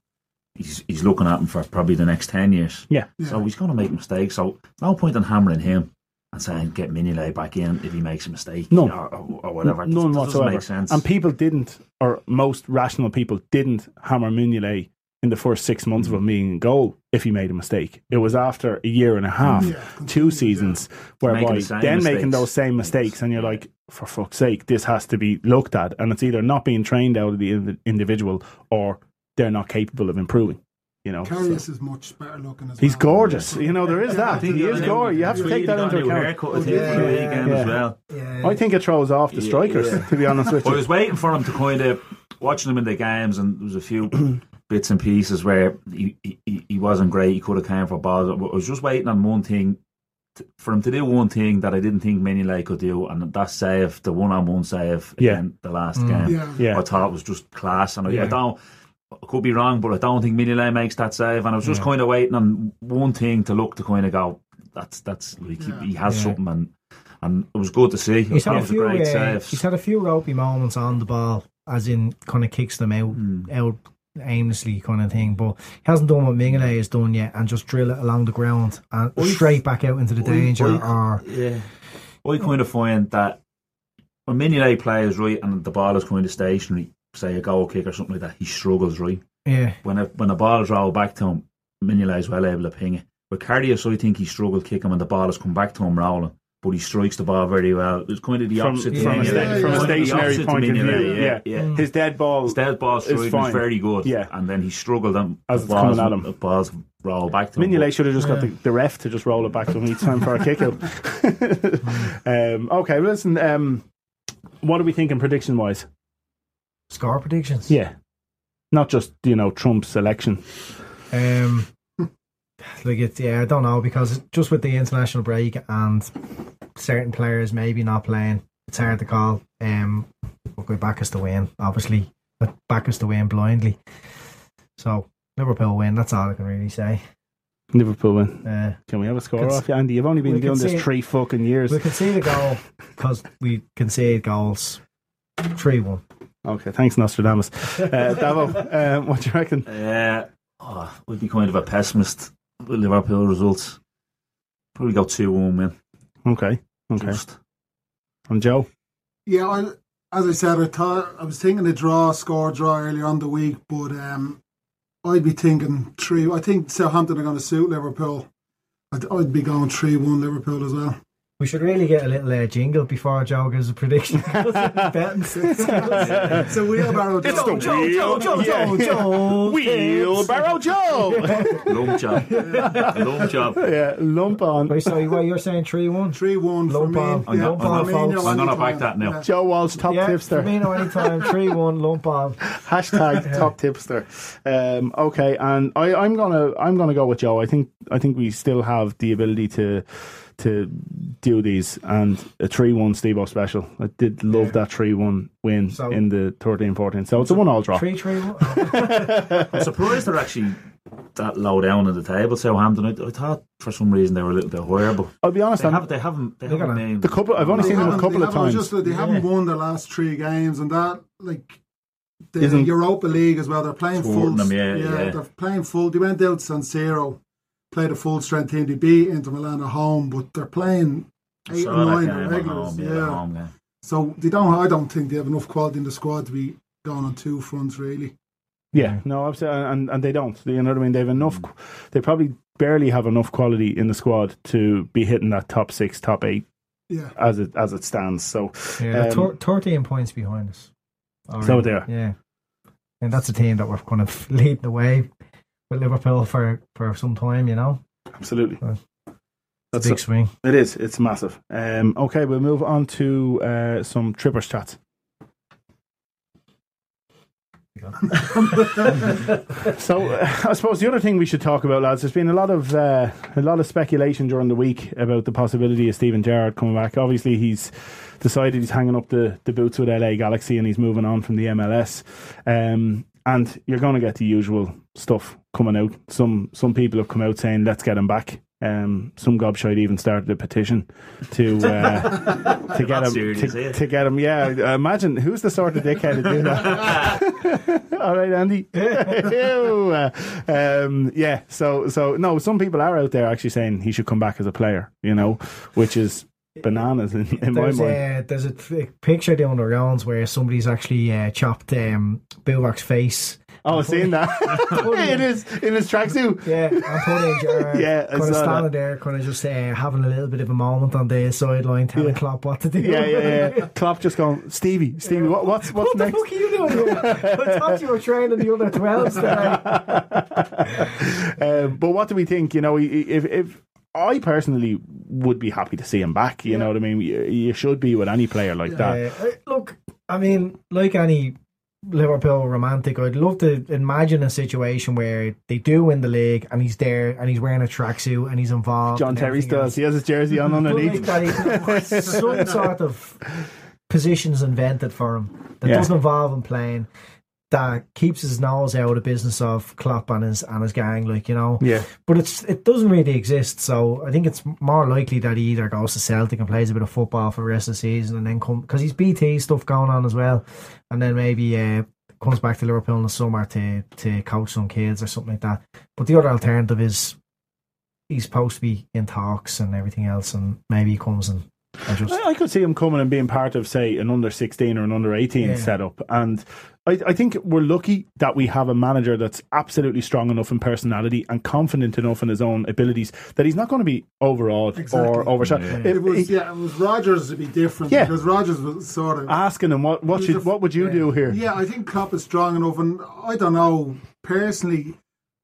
Speaker 6: He's he's looking at him for probably the next ten years.
Speaker 5: Yeah.
Speaker 6: So he's going to make mistakes. So no point in hammering him and saying get Mignolet back in if he makes a mistake.
Speaker 5: No.
Speaker 6: Or, or, or whatever.
Speaker 5: N- None
Speaker 6: It doesn't
Speaker 5: whatsoever.
Speaker 6: Make sense.
Speaker 5: And people didn't, or most rational people didn't hammer Mignolet in the first six months of
Speaker 6: Mm-hmm.
Speaker 5: him being in goal if he made a mistake. It was after a year and
Speaker 6: Mm-hmm.
Speaker 5: a half, two seasons,
Speaker 6: Making
Speaker 5: whereby
Speaker 6: the same
Speaker 5: then making
Speaker 6: mistakes.
Speaker 5: those same mistakes, and you're like, for fuck's sake, this has to be looked at. And it's either not being trained out of the indiv- individual or they're not capable of improving. You know,
Speaker 8: Karius
Speaker 5: so.
Speaker 8: is much better looking. As
Speaker 5: he's
Speaker 8: well.
Speaker 5: gorgeous. You know, there is that.
Speaker 6: think
Speaker 5: He
Speaker 6: the
Speaker 5: is
Speaker 6: other
Speaker 5: gorgeous.
Speaker 6: day,
Speaker 5: You have to
Speaker 6: we
Speaker 5: take that
Speaker 6: got a
Speaker 5: into
Speaker 6: new
Speaker 5: account.
Speaker 6: Haircut, I think, for the
Speaker 7: Yeah.
Speaker 6: weekend
Speaker 5: Yeah.
Speaker 6: as well.
Speaker 7: Yeah.
Speaker 5: I think it throws off the
Speaker 6: Yeah,
Speaker 5: strikers,
Speaker 6: yeah.
Speaker 5: to be honest with
Speaker 6: I
Speaker 5: you.
Speaker 6: was waiting for him to kind of watching him in the games, and there was a few bits and pieces where he, he- he, he wasn't great. He could have came for balls. I was just waiting on one thing t for him to do one thing that I didn't think Mignolet could do, and that save, the one-on-one save
Speaker 5: Yeah.
Speaker 6: in the last
Speaker 7: Mm.
Speaker 6: game,
Speaker 8: Yeah.
Speaker 5: Yeah.
Speaker 6: I thought was just class. And I,
Speaker 7: Yeah.
Speaker 6: I don't. I could be wrong, but I don't think Mignolet makes that save. And I was just
Speaker 7: Yeah.
Speaker 6: kind of waiting on one thing to look to kind of go. That's that's like
Speaker 8: Yeah.
Speaker 6: he, he has
Speaker 7: Yeah.
Speaker 6: something, and and it was good to see.
Speaker 7: he's
Speaker 6: I
Speaker 7: had
Speaker 6: thought
Speaker 7: a
Speaker 6: it was
Speaker 7: few.
Speaker 6: a great
Speaker 7: Uh,
Speaker 6: save.
Speaker 7: he's had a few ropey moments on the ball, as in kind of kicks them out,
Speaker 6: Hmm.
Speaker 7: out aimlessly kind of thing. But he hasn't done what Mingale has done yet, and just drill it along the ground and
Speaker 6: Oif.
Speaker 7: straight back out into the danger. or
Speaker 6: yeah. I kind of find that when Mignolet plays right and the ball is kind of stationary, say a goal kick or something like that, he struggles right.
Speaker 7: yeah,
Speaker 6: When a, when the ball is rolled back to him, Mignolet is well able to ping it. With Cardius, I think he struggled kicking when the ball has come back to him rolling, but he strikes the ball very well. It's kind of the
Speaker 5: From-
Speaker 6: opposite
Speaker 7: from a
Speaker 6: to
Speaker 7: sta-
Speaker 6: Mignolet.
Speaker 7: from a
Speaker 6: Kind of the
Speaker 5: stationary
Speaker 6: opposite to
Speaker 5: point of view,
Speaker 6: Mignolet,
Speaker 5: yeah.
Speaker 6: yeah. yeah.
Speaker 5: His dead ball.
Speaker 6: His dead ball strike
Speaker 5: fine.
Speaker 6: was very good,
Speaker 5: Yeah.
Speaker 6: and then he struggled and
Speaker 5: As
Speaker 6: the
Speaker 5: it's coming
Speaker 6: balls,
Speaker 5: at him.
Speaker 6: the balls roll back to him.
Speaker 5: Mignolet
Speaker 6: But-
Speaker 5: should have just got the, the ref to just roll it back to him each time for a kick out. (laughs) um, okay, well, listen, um, what are we thinking prediction wise?
Speaker 7: score predictions.
Speaker 5: Yeah. Not just, you know, Trump's election.
Speaker 7: Um, like it's yeah, I don't know because just with the international break and certain players maybe not playing, it's hard to call. Um, we'll go back us to win, obviously, but back us to win blindly. So Liverpool win. That's all I can really say.
Speaker 5: Liverpool win.
Speaker 7: Uh,
Speaker 5: Can we have a score
Speaker 7: Cons-
Speaker 5: off you, Andy? You've only been
Speaker 7: we
Speaker 5: doing this
Speaker 7: concede-
Speaker 5: three fucking years.
Speaker 7: we concede a goal because we concede goals. Three one.
Speaker 5: Okay, thanks, Nostradamus. Uh, Davo, um, what do you reckon?
Speaker 6: Uh, oh, we'd be kind of a pessimist with Liverpool results. Probably go 2 1 win.
Speaker 5: Okay, okay.
Speaker 6: Just.
Speaker 5: I'm Joe.
Speaker 8: Yeah, I, as I said, I thought I was thinking a draw, score draw earlier on the week, but um, I'd be thinking three. I think Southampton are going to suit Liverpool. I'd, I'd be going three one Liverpool as well.
Speaker 7: We should really get a little uh, jingle before Joe gives a (laughs) prediction. Betting system.
Speaker 8: It's a wheelbarrow.
Speaker 5: It's
Speaker 8: draw.
Speaker 5: the wheel-
Speaker 7: Joe, Joe, Joe, Joe.
Speaker 5: Wheelbarrow Joe!
Speaker 6: Lump
Speaker 8: (laughs)
Speaker 6: job. Lump job.
Speaker 5: yeah, lump on.
Speaker 7: Wait, sorry, what you're saying? Three one.
Speaker 8: three one for
Speaker 7: Low
Speaker 8: me.
Speaker 7: ball.
Speaker 6: I'm
Speaker 8: Yeah,
Speaker 6: not- I'm
Speaker 7: not-
Speaker 8: Firmino
Speaker 7: folks,
Speaker 6: I'm gonna
Speaker 8: anytime.
Speaker 6: back that now.
Speaker 8: Yeah.
Speaker 5: Joe Walsh, top
Speaker 7: yeah,
Speaker 5: tipster.
Speaker 7: Firmino
Speaker 5: (laughs)
Speaker 7: anytime. Three one. Lump on. (laughs)
Speaker 5: Hashtag top tipster. Um, okay, and I, I'm gonna I'm gonna go with Joe. I think I think we still have the ability to to do these and a three one Steve O special. I did love
Speaker 7: Yeah.
Speaker 5: that three one win
Speaker 7: So-
Speaker 5: in the 13 14. So it's a one all draw.
Speaker 7: Three three one.
Speaker 6: I'm surprised they're actually that low down on the table, Southampton. I, I thought for some reason they were a little bit higher, but
Speaker 5: I'll be honest,
Speaker 6: they,
Speaker 5: I'm,
Speaker 6: have, they haven't. They
Speaker 7: They're
Speaker 6: haven't
Speaker 7: gonna-
Speaker 6: named.
Speaker 5: the couple I've only
Speaker 8: They
Speaker 5: seen them a
Speaker 8: haven't-
Speaker 5: couple
Speaker 8: they
Speaker 5: of
Speaker 8: haven't-
Speaker 5: times.
Speaker 8: Just, that they haven't won the last three games, and that like the
Speaker 5: Isn't-
Speaker 8: Europa League as well. They're playing full.
Speaker 6: Supporting them, yeah, yeah.
Speaker 8: They're playing full. They went out to San Siro, played a full strength team. They beat Inter Milan at home, but they're playing eight
Speaker 6: Saw
Speaker 8: or
Speaker 6: that
Speaker 8: nine
Speaker 6: game at
Speaker 8: regulars.
Speaker 6: home, yeah,
Speaker 8: yeah,
Speaker 6: at home, yeah.
Speaker 8: so they don't. I don't think they have enough quality in the squad to be going on two fronts really.
Speaker 5: Yeah, no, absolutely, and and they don't. You know what I mean? They have enough.
Speaker 7: Mm.
Speaker 5: qu- They probably barely have enough quality in the squad to be hitting that top six, top eight
Speaker 8: Yeah,
Speaker 5: as it as it stands. So
Speaker 7: Yeah, they're
Speaker 5: um,
Speaker 7: thir- 13 points behind us.
Speaker 5: So they are.
Speaker 7: Yeah. And that's a team that we're kind of leading the way with Liverpool for, for some time, you know?
Speaker 5: absolutely,
Speaker 7: That's
Speaker 5: that's
Speaker 7: Big
Speaker 5: it.
Speaker 7: swing.
Speaker 5: It is. It's massive. Um, okay, we'll move on to uh, some trippers chats. (laughs) so uh, I suppose the other thing we should talk about, lads, there's been a lot of uh, a lot of speculation during the week about the possibility of Steven Gerrard coming back. Obviously, he's decided he's hanging up the, the boots with LA Galaxy and he's moving on from the MLS. Um, and you're going to get the usual stuff coming out. Some some people have come out saying let's get him back. Um, some gobshite even started a petition to uh, to get him
Speaker 6: That's serious,
Speaker 5: to,
Speaker 6: eh?
Speaker 5: to get him. Yeah, I- I imagine who's the sort of dickhead to do that. All right, Andy.
Speaker 7: (laughs)
Speaker 5: (laughs) Ew. Uh, um, yeah. So so no, some people are out there actually saying he should come back as a player. You know, which is bananas in, in my
Speaker 7: There's uh,
Speaker 5: mind.
Speaker 7: a, there's a f- picture down the rounds where somebody's actually uh, chopped um, Bilvak's face.
Speaker 5: Oh, I've seen
Speaker 7: (laughs)
Speaker 5: that. (laughs) in his in his tracksuit.
Speaker 7: Yeah, Antonio
Speaker 5: (laughs)
Speaker 7: Gerrard
Speaker 5: Yeah, I
Speaker 7: kind of
Speaker 5: saw
Speaker 7: standing
Speaker 5: that.
Speaker 7: there, kind of just uh, having a little bit of a moment on the sideline, telling Klopp what to
Speaker 5: (laughs)
Speaker 7: do.
Speaker 5: Yeah, yeah,
Speaker 7: (laughs)
Speaker 5: yeah. Klopp just going, Stevie, Stevie, what, what's what's
Speaker 7: What the
Speaker 5: next?
Speaker 7: fuck are you doing
Speaker 5: (laughs)
Speaker 7: here? I thought you were training the under 12s today.
Speaker 5: (laughs) um, but what do we think? You know, i- i- if if I personally would be happy to see him back. You know what I mean? You, you should be with any player like that.
Speaker 7: Uh, look, I mean, like any Liverpool romantic, I'd love to imagine a situation where they do win the league and he's there and he's wearing a tracksuit and he's involved.
Speaker 5: John
Speaker 7: and
Speaker 5: Terry
Speaker 7: everything
Speaker 5: does. He has his jersey on
Speaker 7: else. (laughs) But like
Speaker 5: underneath.
Speaker 7: (laughs) that, he's-
Speaker 5: (laughs)
Speaker 7: some sort of positions invented for him that
Speaker 5: Yeah.
Speaker 7: doesn't involve him playing. That keeps his nose out of the business of Klopp and his and his gang, like you know.
Speaker 5: Yeah.
Speaker 7: But it's it doesn't really exist, so I think it's more likely that he either goes to Celtic and plays a bit of football for the rest of the season, and then come because he's BT stuff going on as well, and then maybe uh, comes back to Liverpool in the summer to to coach some kids or something like that. But the other alternative is he's supposed to be in talks and everything else, and maybe he comes and, and just (laughs)
Speaker 5: I I could see him coming and being part of, say, an under 16 or an under 18
Speaker 7: Yeah.
Speaker 5: setup. And I, I think we're lucky that we have a manager that's absolutely strong enough in personality and confident enough in his own abilities that he's not going to be overawed
Speaker 8: Exactly.
Speaker 5: or overshadowed. If-
Speaker 8: it was.
Speaker 5: he-
Speaker 8: Yeah, it was Rogers to be different
Speaker 5: Yeah.
Speaker 8: because Rogers was sort of.
Speaker 5: Asking him, what, what,
Speaker 8: He's
Speaker 5: should,
Speaker 8: a f-
Speaker 5: what would you do here?
Speaker 8: Yeah, I think Klopp is strong enough, and I don't know personally.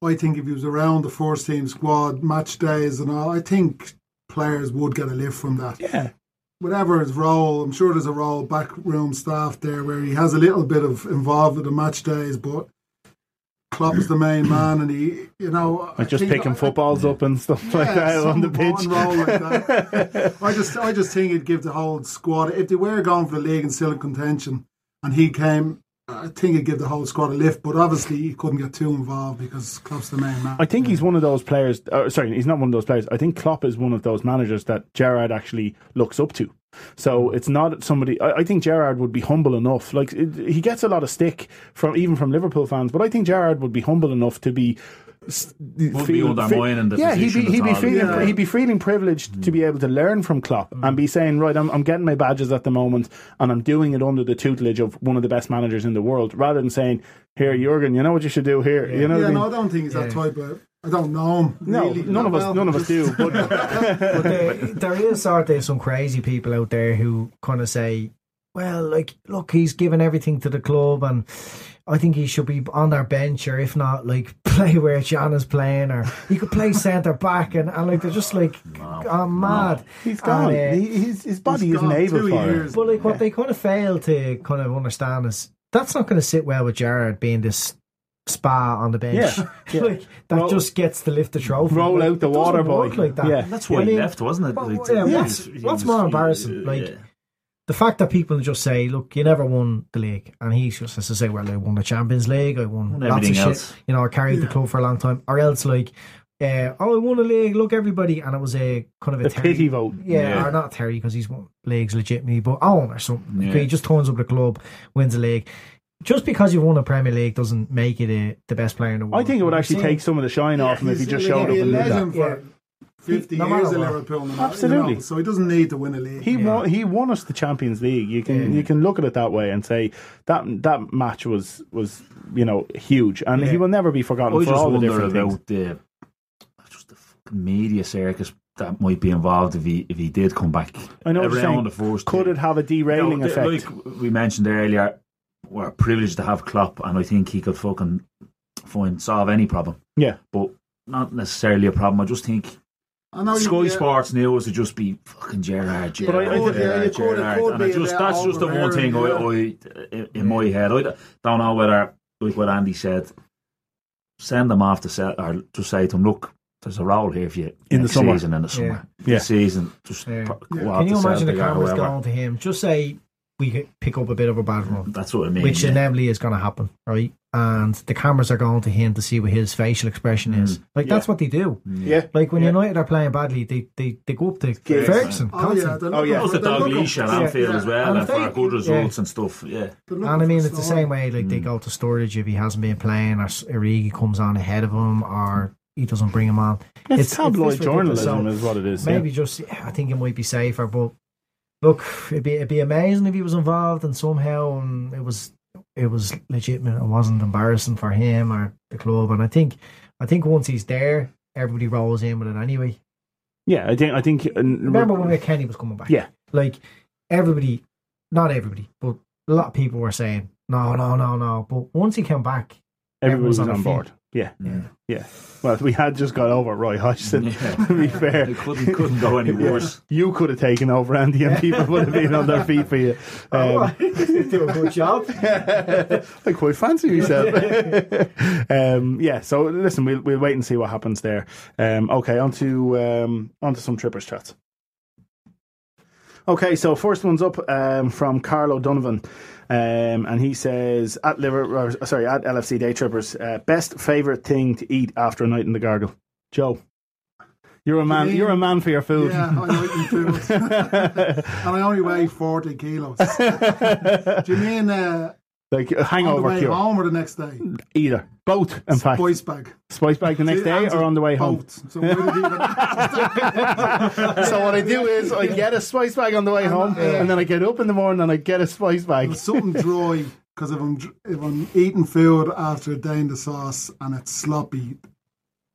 Speaker 8: I think if he was around the first team squad, match days, and all, I think players would get a lift from that.
Speaker 5: Yeah.
Speaker 8: Whatever his role, I'm sure there's a role backroom staff there where he has a little bit of involved with the match days, but Klopp is the main man, and he, you know, I
Speaker 5: Like just
Speaker 8: think-
Speaker 5: picking
Speaker 8: I-
Speaker 5: footballs up and stuff (laughs) like
Speaker 8: Yeah,
Speaker 5: that on the
Speaker 8: something
Speaker 5: pitch.
Speaker 8: roll like
Speaker 5: (laughs)
Speaker 8: that. I just, I just think it'd give the whole squad. If they were going for the league and still in contention, and he came, I think it'd give the whole squad a lift. But obviously, he couldn't get too involved because Klopp's the main man.
Speaker 5: I think he's one of those players. Uh, sorry, he's not one of those players. I think Klopp is one of those managers that Gerard actually looks up to. So it's not somebody. I, I think Gerard would be humble enough. Like it, he gets a lot of stick from even from Liverpool fans, but I think Gerard would be humble enough to be. s-
Speaker 6: Won't be undermining the
Speaker 5: yeah, he'd be
Speaker 6: position
Speaker 5: he'd be
Speaker 6: at all.
Speaker 5: feeling
Speaker 6: Yeah.
Speaker 5: he'd be feeling privileged to be able to learn from Klopp and be saying, right, I'm I'm getting my badges at the moment, and I'm doing it under the tutelage of one of the best managers in the world, rather than saying, here, Jurgen, you know what you should do here, you know. what
Speaker 8: yeah,
Speaker 5: I mean?
Speaker 8: no, I don't think he's that type of. I don't know him.
Speaker 5: No,
Speaker 8: really.
Speaker 5: none of us,
Speaker 8: Well,
Speaker 5: none of us
Speaker 8: (laughs)
Speaker 5: do.
Speaker 8: just-
Speaker 5: But
Speaker 7: there, there is sort of some crazy people out there who kind of say, well, like, look, he's given everything to the club, and I think he should be on their bench, or if not, like, (laughs) play where John is playing, or he could (laughs) play centre back, and, and like, they're just like, I'm mad.
Speaker 5: he's gone.
Speaker 7: And, uh,
Speaker 5: he, his, his body
Speaker 8: he's
Speaker 5: isn't
Speaker 8: gone
Speaker 5: able
Speaker 8: two
Speaker 5: for
Speaker 8: years.
Speaker 5: it.
Speaker 7: but like, what they kind of fail to kind of understand is that's not going to sit well with Jared being this spa on the bench. (laughs)
Speaker 5: Yeah, yeah.
Speaker 7: like, that
Speaker 5: Roll-
Speaker 7: just gets to lift the trophy.
Speaker 5: Roll
Speaker 7: Like,
Speaker 5: out the
Speaker 7: it doesn't
Speaker 5: water boy.
Speaker 7: work Like that.
Speaker 5: Yeah.
Speaker 6: That's why
Speaker 7: I
Speaker 6: he
Speaker 7: mean,
Speaker 6: left, wasn't it?
Speaker 7: well,
Speaker 6: Like,
Speaker 7: yeah,
Speaker 6: he
Speaker 7: what's-
Speaker 6: was- he
Speaker 7: what's
Speaker 6: was-
Speaker 7: more
Speaker 6: he-
Speaker 7: embarrassing, like-
Speaker 6: yeah.
Speaker 7: the fact that people just say, "Look, you never won the league," and he just has to say, "Well, I won the Champions League, I won,
Speaker 6: Won
Speaker 7: lots of
Speaker 6: everything
Speaker 7: shit,
Speaker 6: else.
Speaker 7: you know, I carried the club for a long time," or else like, uh, "Oh, I won a league, look everybody," and it was a kind of a
Speaker 5: The
Speaker 7: Terry-
Speaker 5: pity vote.
Speaker 7: yeah,
Speaker 6: Yeah.
Speaker 7: or not Terry because he's won leagues legitimately, but Owen or something.
Speaker 6: Yeah.
Speaker 7: Okay, he just turns up the club, wins the league. just because you won a Premier League doesn't make it a, the best player in the world.
Speaker 5: I think it would actually take some of the shine off him if he
Speaker 8: He's-
Speaker 5: just
Speaker 8: he'll
Speaker 5: showed up
Speaker 8: be a
Speaker 5: and did
Speaker 8: legend
Speaker 5: that.
Speaker 8: for fifty
Speaker 7: No
Speaker 8: years
Speaker 7: matter
Speaker 8: in
Speaker 7: what.
Speaker 8: Liverpool. now, you know,
Speaker 5: Absolutely.
Speaker 8: so he doesn't need to win a league.
Speaker 5: He won. He won us the Champions League. You can you can look at it that way and say that that match was was you know huge, and he will never be forgotten
Speaker 6: I
Speaker 5: for
Speaker 6: just
Speaker 5: all the
Speaker 6: wonder
Speaker 5: different things.
Speaker 6: about the just the fucking media circus that might be involved if he if he did come back
Speaker 5: I know what you're
Speaker 6: around
Speaker 5: saying.
Speaker 6: the first.
Speaker 5: Could
Speaker 6: day.
Speaker 5: it have a
Speaker 6: No,
Speaker 5: derailing
Speaker 6: th-
Speaker 5: effect?
Speaker 6: Like we mentioned earlier, we're privileged to have Klopp, and I think he could fucking find solve any problem,
Speaker 5: yeah,
Speaker 6: but not necessarily a problem. I just think
Speaker 8: I know
Speaker 6: Sky
Speaker 8: you-
Speaker 6: Sports News would just be fucking Gerard,
Speaker 8: But I-
Speaker 6: Gerard,
Speaker 8: I think- yeah,
Speaker 6: Gerard,
Speaker 8: it could- it
Speaker 6: Gerard.
Speaker 8: could
Speaker 6: and I
Speaker 8: be
Speaker 6: just
Speaker 8: that
Speaker 6: that's just the one
Speaker 8: Alvaro,
Speaker 6: thing I,
Speaker 8: yeah.
Speaker 6: I in my head. I don't know whether like what Andy said, send them off to set or just say to them, look, there's a role here for you
Speaker 5: In the
Speaker 6: next
Speaker 5: summer.
Speaker 6: season in the summer,
Speaker 5: Yeah.
Speaker 6: This season. Just
Speaker 7: Yeah.
Speaker 6: pro-
Speaker 8: Yeah.
Speaker 6: go out
Speaker 7: Can you
Speaker 6: to
Speaker 7: imagine the
Speaker 6: Celtic or
Speaker 7: cameras
Speaker 6: whoever.
Speaker 7: going to him? Just say we could pick up a bit of a bad run,
Speaker 6: That's what I mean.
Speaker 7: which
Speaker 6: yeah.
Speaker 7: inevitably is going to happen, right? And the cameras are going to him to see what his facial expression is. Like that's what they do.
Speaker 5: yeah.
Speaker 7: Like when
Speaker 5: Yeah.
Speaker 7: United are playing badly, they they, they go up to
Speaker 5: Ferguson.
Speaker 7: Ferguson.
Speaker 8: Oh yeah,
Speaker 7: constantly.
Speaker 8: they're
Speaker 5: Oh,
Speaker 8: looking
Speaker 5: yeah.
Speaker 6: That was
Speaker 8: for-
Speaker 6: the
Speaker 8: they're looking
Speaker 6: Dalglish at
Speaker 8: for-
Speaker 6: Anfield
Speaker 8: yeah,
Speaker 6: as well,
Speaker 7: And
Speaker 6: and
Speaker 7: if
Speaker 6: for our
Speaker 7: they-
Speaker 6: good
Speaker 7: yeah.
Speaker 6: results and stuff. Yeah,
Speaker 8: they're looking
Speaker 7: And I
Speaker 8: for
Speaker 7: mean, it's the
Speaker 8: someone.
Speaker 7: same way.
Speaker 5: Hmm.
Speaker 7: Like they go to storage if he hasn't been playing, or Origi comes on ahead of him, or he doesn't bring him on.
Speaker 5: It's,
Speaker 7: this
Speaker 5: tabloid
Speaker 7: ridiculous.
Speaker 5: journalism,
Speaker 7: So
Speaker 5: is what it is.
Speaker 7: maybe
Speaker 5: yeah.
Speaker 7: just I think it might be safer, but look, it'd be it'd be amazing if he was involved and somehow um, it was it was legitimate. It wasn't embarrassing for him or the club. And I think I think once he's there, everybody rolls in with it anyway.
Speaker 5: yeah. I think I think. uh,
Speaker 7: Remember when Kenny was coming back?
Speaker 5: Yeah.
Speaker 7: like everybody, not everybody, but a lot of people were saying no, no, no, no. But once he came back,
Speaker 5: everyone was
Speaker 7: everyone's on
Speaker 5: on
Speaker 7: their
Speaker 5: board. Yeah.
Speaker 6: yeah.
Speaker 5: Yeah. Well, we had just got over Roy Hodgson.
Speaker 6: Yeah.
Speaker 5: (laughs) to be fair,
Speaker 6: It couldn't couldn't go any
Speaker 5: Yeah.
Speaker 6: worse.
Speaker 5: You could have taken over Andy, and people would have been on their feet for
Speaker 6: (laughs)
Speaker 5: you. (laughs)
Speaker 6: Oh,
Speaker 5: Um,
Speaker 7: do a good (laughs) job.
Speaker 5: (laughs) I quite fancy myself. (laughs) um, yeah. So listen, we'll we'll wait and see what happens there. Um, okay, onto um, onto some trippers chats. Okay, so first one's up um, from Carlo Donovan, um, and he says at liver, or, sorry, at LFC Day Trippers, uh, best favorite thing to eat after a night in the gargle. Joe, you're a man.
Speaker 8: mean-
Speaker 5: You're a man for your food.
Speaker 8: Yeah, I like
Speaker 5: (laughs)
Speaker 8: them fools. and I only weigh forty kilos. Do you mean uh,
Speaker 5: like a
Speaker 8: on the
Speaker 5: hangover
Speaker 8: way
Speaker 5: cure.
Speaker 8: home or the next day?
Speaker 5: Either both, in fact.
Speaker 8: Spice bag.
Speaker 5: Spice bag the next
Speaker 8: See,
Speaker 5: day
Speaker 8: Anne's
Speaker 5: or on the way home.
Speaker 8: Both. So where did he even-
Speaker 5: (laughs) So what I do is I get a spice bag on the way home, and then I get up in the morning and I get a spice bag. (laughs)
Speaker 8: There's something dry because if I'm dr- if I'm eating food after a day in the sauce and it's sloppy,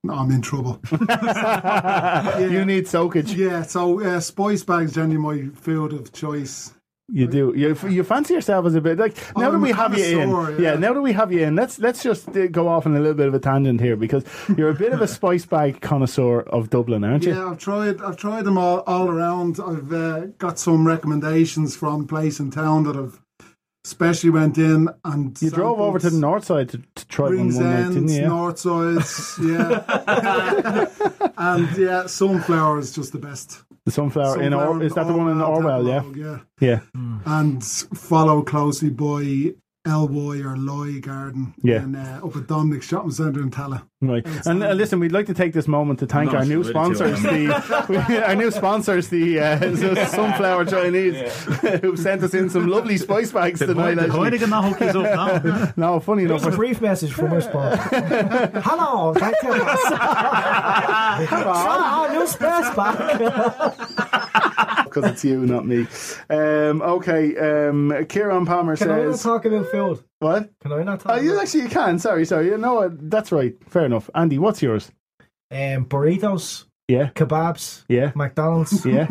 Speaker 8: I'm in trouble.
Speaker 5: You need soakage.
Speaker 8: yeah, so uh, spice bags generally my food of choice.
Speaker 5: You do. You, you fancy yourself as a bit like now
Speaker 8: I'm
Speaker 5: that we
Speaker 8: a
Speaker 5: have you in.
Speaker 8: connoisseur,
Speaker 5: Yeah.
Speaker 8: yeah.
Speaker 5: now that we have you in, let's let's just uh, go off on a little bit of a tangent here because you're a bit of a spice bag connoisseur of Dublin, aren't you?
Speaker 8: Yeah, I've tried. I've tried them all, all around. I've uh, got some recommendations from place in town that I've especially went in and
Speaker 5: You drove over to the
Speaker 8: sampled.
Speaker 5: north side to, to try one
Speaker 8: Rings
Speaker 5: one night, didn't
Speaker 8: ends,
Speaker 5: you? Yeah.
Speaker 8: north sides,
Speaker 5: (laughs)
Speaker 8: yeah, and yeah, sunflower is just the best.
Speaker 5: The sunflower Uh, in
Speaker 8: Sunflower
Speaker 5: or, is that the one in Orwell? Yeah,
Speaker 8: yeah.
Speaker 5: yeah.
Speaker 8: And followed closely by Elboy or Loy Garden,
Speaker 5: Yeah.
Speaker 8: and uh, up at Dominic Shopping Centre in Tala.
Speaker 5: Right. And uh, listen, we'd like to take this moment to thank
Speaker 6: No,
Speaker 5: our new
Speaker 6: it's really
Speaker 5: sponsors,
Speaker 6: chill,
Speaker 5: the (laughs) our new sponsors, the uh, Sunflower Chinese, (laughs) who sent us in some lovely spice bags tonight. actually.
Speaker 6: (laughs)
Speaker 5: No, funny enough,
Speaker 7: It's a brief message from
Speaker 5: (laughs)
Speaker 7: our sponsor. Hello, thank you. Ah,
Speaker 5: (laughs)
Speaker 7: Hello, new space back.
Speaker 5: because it's you, not me. Um, okay, um, Kieran Palmer
Speaker 7: Can I not
Speaker 5: says
Speaker 7: talk about food?
Speaker 5: what?
Speaker 7: Can I not
Speaker 5: Oh,
Speaker 7: talk?
Speaker 5: you
Speaker 7: about
Speaker 5: actually you can. Sorry, sorry. You know what? That's right. Fair enough. Andy, what's yours?
Speaker 7: um, burritos,
Speaker 5: Yeah,
Speaker 7: kebabs,
Speaker 5: yeah,
Speaker 7: McDonald's,
Speaker 5: yeah,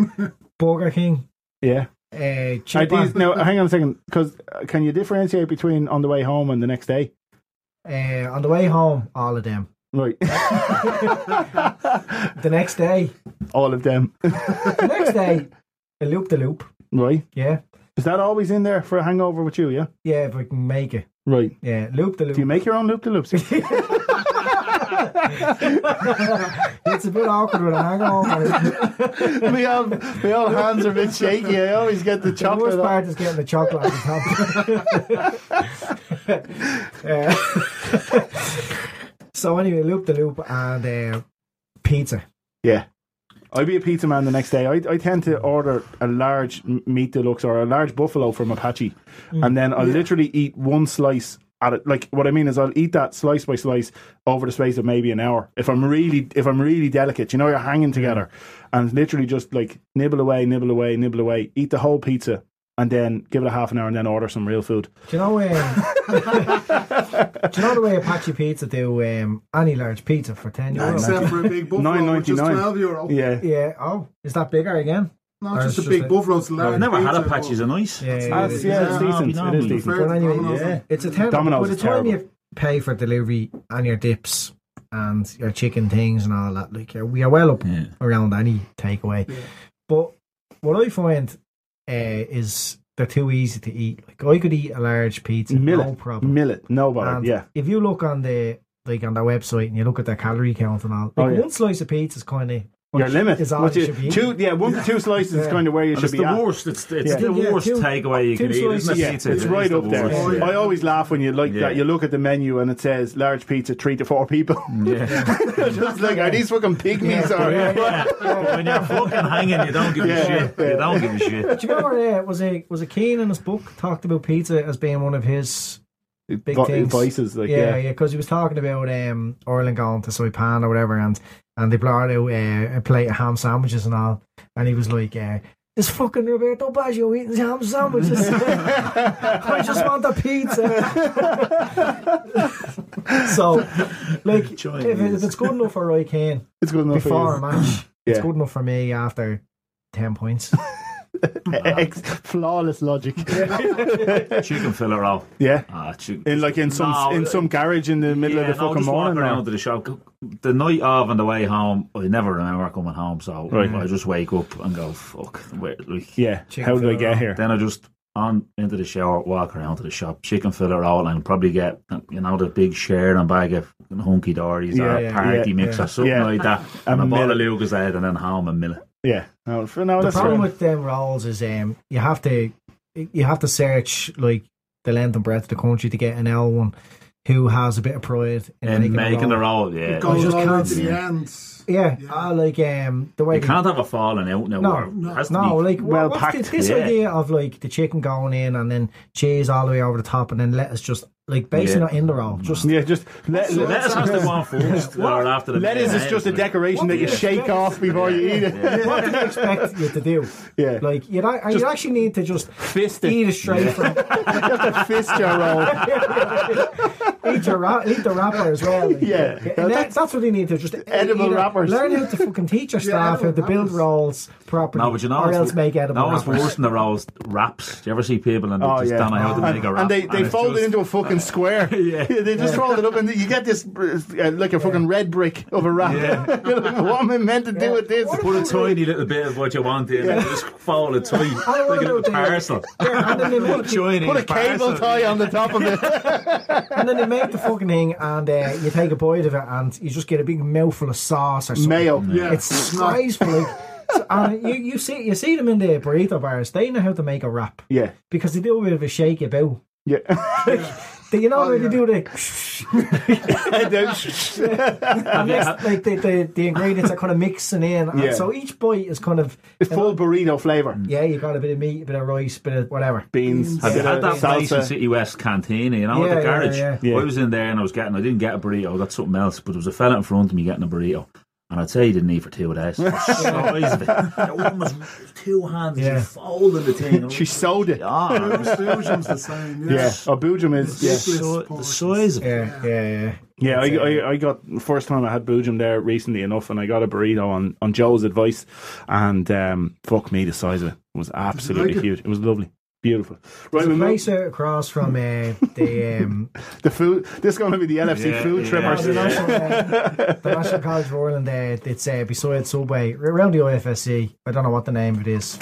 Speaker 7: Burger King,
Speaker 5: (laughs) yeah.
Speaker 7: uh,
Speaker 5: Are
Speaker 7: cheap
Speaker 5: these, (laughs) now, hang on a second, because can you differentiate between on the way home and the next day?
Speaker 7: Uh, on the way home, all of them.
Speaker 5: Right,
Speaker 7: The next day,
Speaker 5: all of them. (laughs)
Speaker 7: the next day, a loop the loop.
Speaker 5: Right.
Speaker 7: Yeah,
Speaker 5: Is that always in there for a hangover with you? Yeah.
Speaker 7: yeah. If we can make it,
Speaker 5: Right.
Speaker 7: yeah, loop the
Speaker 5: Do you
Speaker 7: loop.
Speaker 5: make your own loop de (laughs) loops?
Speaker 7: It's a bit awkward with a hangover.
Speaker 5: we all, we all hands are a bit shaky. I always get the
Speaker 7: the worst
Speaker 5: chocolate.
Speaker 7: part is getting the chocolate. on top. uh, (laughs) so anyway, loop the loop and uh, pizza.
Speaker 5: Yeah. Mm. I'd be a pizza man the next day. I, I tend to order a large m- meat deluxe or a large buffalo from Apache, and then I'll literally eat one slice. At it. Like what I mean is, I'll eat that slice by slice over the space of maybe an hour. If I'm really, if I'm really delicate, you know, you're hanging together, and literally just like nibble away, nibble away, nibble away, eat the whole pizza, and then give it a half an hour, and then order some real food.
Speaker 7: Do you know? Um, (laughs) do you know the way Apache Pizza do um, any large pizza for ten euro?
Speaker 8: Except for a big buffalo, which is
Speaker 5: 9.99.
Speaker 8: twelve euro.
Speaker 5: Yeah,
Speaker 7: Yeah. Oh, is that bigger again?
Speaker 8: Not
Speaker 7: Or
Speaker 8: just a
Speaker 7: it's
Speaker 8: big
Speaker 7: a-
Speaker 8: buffalo. It's a large
Speaker 6: I've never had
Speaker 8: pizza,
Speaker 6: Apaches
Speaker 8: but-
Speaker 6: are nice.
Speaker 7: Yeah,
Speaker 5: Ah,
Speaker 7: yeah,
Speaker 5: it's-
Speaker 7: yeah.
Speaker 5: yeah, it's decent. It is decent.
Speaker 8: Fair
Speaker 7: But anyway,
Speaker 8: Domino's.
Speaker 7: yeah, it's a ten.
Speaker 5: Domino's
Speaker 7: By the
Speaker 5: is
Speaker 7: time
Speaker 5: terrible.
Speaker 7: you pay for delivery and your dips and your chicken things and all that, like you're, we are well up
Speaker 6: Yeah.
Speaker 7: around any takeaway. But what I find uh, is they're too easy to eat. Like I could eat a large pizza,
Speaker 5: millet,
Speaker 7: no problem.
Speaker 5: millet, no bother.
Speaker 7: And
Speaker 5: Yeah,
Speaker 7: If you look on the like on their website and you look at their calorie count and all,
Speaker 5: Oh,
Speaker 7: like
Speaker 5: yeah.
Speaker 7: one slice of pizza is kind of
Speaker 5: your limit.
Speaker 7: is all
Speaker 5: What
Speaker 7: you
Speaker 5: you-
Speaker 7: should be
Speaker 5: two, yeah, one to two slices is
Speaker 7: Yeah.
Speaker 5: kind of where you
Speaker 6: And
Speaker 5: should
Speaker 6: it's
Speaker 5: be
Speaker 6: the
Speaker 5: at.
Speaker 6: worst. It's, it's
Speaker 5: Yeah.
Speaker 6: the
Speaker 7: Yeah,
Speaker 6: worst
Speaker 7: two-
Speaker 6: takeaway you
Speaker 7: two
Speaker 6: can eat.
Speaker 7: slices.
Speaker 6: Isn't it?
Speaker 5: Yeah,
Speaker 6: Pizza.
Speaker 5: it's right
Speaker 6: the
Speaker 5: up there.
Speaker 6: worst,
Speaker 8: yeah.
Speaker 5: I always laugh when you like
Speaker 6: Yeah.
Speaker 5: that. You look at the menu and it says large pizza, three to four people. (laughs)
Speaker 6: (laughs) Yeah.
Speaker 5: Just like are these fucking pygmies or?
Speaker 6: But (laughs) when you're fucking hanging, you don't give a
Speaker 5: Yeah,
Speaker 6: shit.
Speaker 5: yeah.
Speaker 6: You don't give a shit. (laughs)
Speaker 7: Do you remember uh, was it was it Keane in his book talked about pizza as being one of his big
Speaker 5: Vi-
Speaker 7: things?
Speaker 5: vices, like
Speaker 7: yeah,
Speaker 5: yeah,
Speaker 7: yeah, because he was talking about um, Ireland going to Saipan or whatever, and and they brought out uh, a plate of ham sandwiches and all, and he was like, uh, "It's fucking Roberto Baggio eating his ham sandwiches. (laughs) I just want the pizza." (laughs) so, like, if, it- if it's good enough for Roy Kane
Speaker 5: It's good enough
Speaker 7: before a
Speaker 5: for
Speaker 7: match, it's
Speaker 5: Yeah.
Speaker 7: good enough for me after ten points.
Speaker 5: you. (laughs) Ex- flawless logic.
Speaker 6: Chicken filler out.
Speaker 5: yeah,
Speaker 6: Ah, chicken.
Speaker 5: in like in some
Speaker 6: No,
Speaker 5: in some garage in the middle
Speaker 6: yeah,
Speaker 5: of the
Speaker 6: no,
Speaker 5: fucking
Speaker 6: just walk
Speaker 5: morning.
Speaker 6: around
Speaker 5: or-
Speaker 6: to the shop. The night of and the way home, I never remember coming home, so
Speaker 5: Right.
Speaker 6: I just wake up and go, fuck. Where, like,
Speaker 5: Yeah,
Speaker 7: Chicken
Speaker 5: how did I
Speaker 7: fillet
Speaker 5: get
Speaker 7: roll.
Speaker 5: here?
Speaker 6: Then I just on into the shower, walk around to the shop, chicken filler out, and probably get you know the big share and bag of hunky dories
Speaker 5: Yeah,
Speaker 6: or a
Speaker 5: yeah,
Speaker 6: party
Speaker 5: yeah,
Speaker 6: mix
Speaker 7: yeah.
Speaker 6: or something
Speaker 5: Yeah. (laughs)
Speaker 6: like that, and,
Speaker 5: A
Speaker 6: a bottle of
Speaker 5: millet.
Speaker 6: Lucas Aid, and then home and millet.
Speaker 5: Yeah, no, for, no,
Speaker 7: the
Speaker 5: Oh, that's
Speaker 7: problem
Speaker 5: fair.
Speaker 7: with them rolls is um you have to you have to search like the length and breadth of the country to get an L one who has a bit of pride in
Speaker 6: And
Speaker 7: making,
Speaker 6: making
Speaker 7: a
Speaker 6: a
Speaker 7: roll.
Speaker 6: roll, yeah.
Speaker 8: It goes
Speaker 7: just
Speaker 8: all the way
Speaker 7: can't-
Speaker 8: to the end.
Speaker 7: Yeah, I like um the way
Speaker 6: You
Speaker 7: they-
Speaker 6: can't have a falling out now.
Speaker 7: No,
Speaker 6: or it
Speaker 7: no,
Speaker 6: has to
Speaker 7: no,
Speaker 6: be-
Speaker 7: like
Speaker 5: well
Speaker 7: well what's the-
Speaker 5: packed.
Speaker 7: this
Speaker 6: Yeah.
Speaker 7: idea of like the chicken going in and then cheese all the way over the top and then lettuce just like basically
Speaker 6: Yeah.
Speaker 7: not in the roll,
Speaker 5: (laughs)
Speaker 7: just
Speaker 5: Yeah, just let
Speaker 6: So lettuce has to go on first, or after the
Speaker 5: lettuce is
Speaker 6: millet.
Speaker 5: just a decoration
Speaker 7: What
Speaker 5: that
Speaker 7: do
Speaker 5: you
Speaker 7: you
Speaker 5: shake
Speaker 7: expect?
Speaker 5: off before you (laughs) eat it.
Speaker 7: what do you expect you to do?
Speaker 5: Yeah.
Speaker 7: Like you don't, you actually need to just
Speaker 5: Fist it.
Speaker 7: eat it straight from
Speaker 5: Just a fist your roll.
Speaker 7: eat your ra- eat the wrapper as well. like.
Speaker 5: Yeah.
Speaker 7: and that- that's, what they need to just
Speaker 5: Edible
Speaker 7: either
Speaker 5: wrappers.
Speaker 7: Learn how to fucking teach your staff how to
Speaker 8: edible
Speaker 7: build
Speaker 8: wrappers.
Speaker 7: rolls properly,
Speaker 6: No, but you know,
Speaker 7: or
Speaker 6: what's-
Speaker 7: else make edible
Speaker 6: no, it's
Speaker 7: wrappers.
Speaker 6: worse than the rolls wraps. Do you ever see people and they
Speaker 5: Oh,
Speaker 6: just
Speaker 5: yeah.
Speaker 6: don't know how to
Speaker 5: and,
Speaker 6: make a wrap?
Speaker 5: and they, they
Speaker 6: it's
Speaker 5: fold it
Speaker 6: just-
Speaker 5: into a fucking square.
Speaker 6: (laughs) Yeah.
Speaker 5: they just roll it up, and you get this uh, like a fucking red brick of a wrap. (laughs) You're like, what am I meant to do with this?
Speaker 6: Put a tiny little bit of what you want in, and just fold it tight,
Speaker 7: don't
Speaker 6: like a
Speaker 7: know
Speaker 6: little
Speaker 7: about that.
Speaker 6: parcel.
Speaker 7: Yeah, (laughs) and, then
Speaker 6: (laughs)
Speaker 7: they make,
Speaker 6: Join
Speaker 5: Put a cable tie on the top of
Speaker 6: (laughs)
Speaker 5: it.
Speaker 7: and then they make the fucking thing, and uh, you take a bite of it, and you just get a big mouthful of sauce or something.
Speaker 5: Mayo.
Speaker 8: Yeah,
Speaker 7: It's disgraceful. like, so, and you, you see you see them in the burrito bars. They know how to make a wrap
Speaker 5: Yeah.
Speaker 7: because they do a bit of a shake about.
Speaker 5: (laughs) Yeah.
Speaker 7: Do you know how they do the
Speaker 5: And then-
Speaker 7: And next, like the, the, the ingredients are kind of mixing in, and
Speaker 5: Yeah.
Speaker 7: so each bite is kind of
Speaker 5: it's full burrito flavor.
Speaker 7: yeah, you got a bit of meat, a bit of rice, a bit of whatever.
Speaker 5: Beans.
Speaker 6: Have you
Speaker 5: bit of
Speaker 6: had that place in
Speaker 5: salsa.
Speaker 6: City West Cantina, you know,
Speaker 7: Yeah,
Speaker 6: at the
Speaker 7: yeah,
Speaker 6: garage?
Speaker 7: yeah.
Speaker 5: Yeah.
Speaker 6: I was in there and I was getting, I didn't get a burrito, I got something else, but there was a fella in front of me getting a burrito. And I'd say he didn't eat for two days. The size of it. That woman was with two hands,
Speaker 7: Yeah.
Speaker 6: yeah. folding the
Speaker 5: (laughs)
Speaker 6: thing. (laughs)
Speaker 5: She sold it.
Speaker 6: Ah,
Speaker 8: Exclusion's the same.
Speaker 5: Yeah.
Speaker 8: Yeah.
Speaker 5: Abujam is. Yeah.
Speaker 8: Ridiculous
Speaker 6: so- the
Speaker 8: portions.
Speaker 6: size of it.
Speaker 7: Yeah, yeah, uh, yeah.
Speaker 5: Yeah, I, I, I got first time I had Boojum there recently enough, and I got a burrito on, on Joe's advice, and um, fuck me, the size of it was absolutely
Speaker 8: like it?
Speaker 5: huge. It was lovely, beautiful. Right,
Speaker 7: There's
Speaker 5: we
Speaker 7: a
Speaker 5: move,
Speaker 7: place out across from uh, the
Speaker 5: (laughs)
Speaker 7: um,
Speaker 5: the food. This is going to be the LFC
Speaker 6: Yeah,
Speaker 5: food
Speaker 6: yeah.
Speaker 5: trip.
Speaker 6: Oh,
Speaker 5: or
Speaker 7: the,
Speaker 5: something.
Speaker 7: National, uh, the National College of Ireland. Uh, it's uh, beside Subway, r- around the IFSC. I don't know what the name of it is.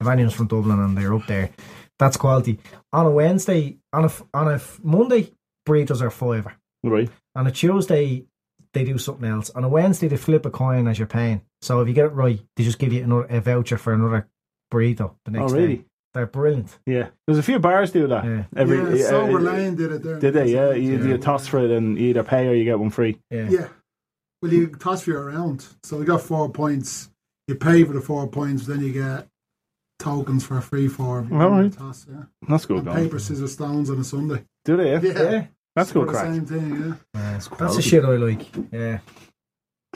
Speaker 7: If anyone's from Dublin and they're up there, that's quality. On a Wednesday, on a f- on a f- Monday, burritos are fiver.
Speaker 5: (laughs) Right,
Speaker 7: On a Tuesday, they do something else. On a Wednesday, they flip a coin as you're paying. So if you get it right, they just give you another, a voucher for another burrito the next
Speaker 5: Oh, really?
Speaker 7: day. They're brilliant.
Speaker 5: yeah. There's a few bars do that.
Speaker 7: Yeah.
Speaker 5: Every
Speaker 8: yeah,
Speaker 5: uh,
Speaker 8: Silver
Speaker 5: uh,
Speaker 8: Lane did it there.
Speaker 5: Did they? Yeah, you, you toss for it, and you either pay or you get one free.
Speaker 7: Yeah.
Speaker 8: Yeah. Well, you toss for your round. So they got four points. you pay for the four points, then you get tokens for free for every
Speaker 5: All right.
Speaker 8: toss, yeah.
Speaker 5: That's good
Speaker 8: And
Speaker 5: going.
Speaker 8: paper, scissors, stones on a Sunday.
Speaker 5: Do they?
Speaker 8: Yeah.
Speaker 5: That's good
Speaker 8: For the
Speaker 5: crack.
Speaker 8: Same thing,
Speaker 5: (laughs)
Speaker 8: yeah.
Speaker 7: That's, the
Speaker 6: quality.
Speaker 7: shit I like. Yeah.
Speaker 5: (laughs)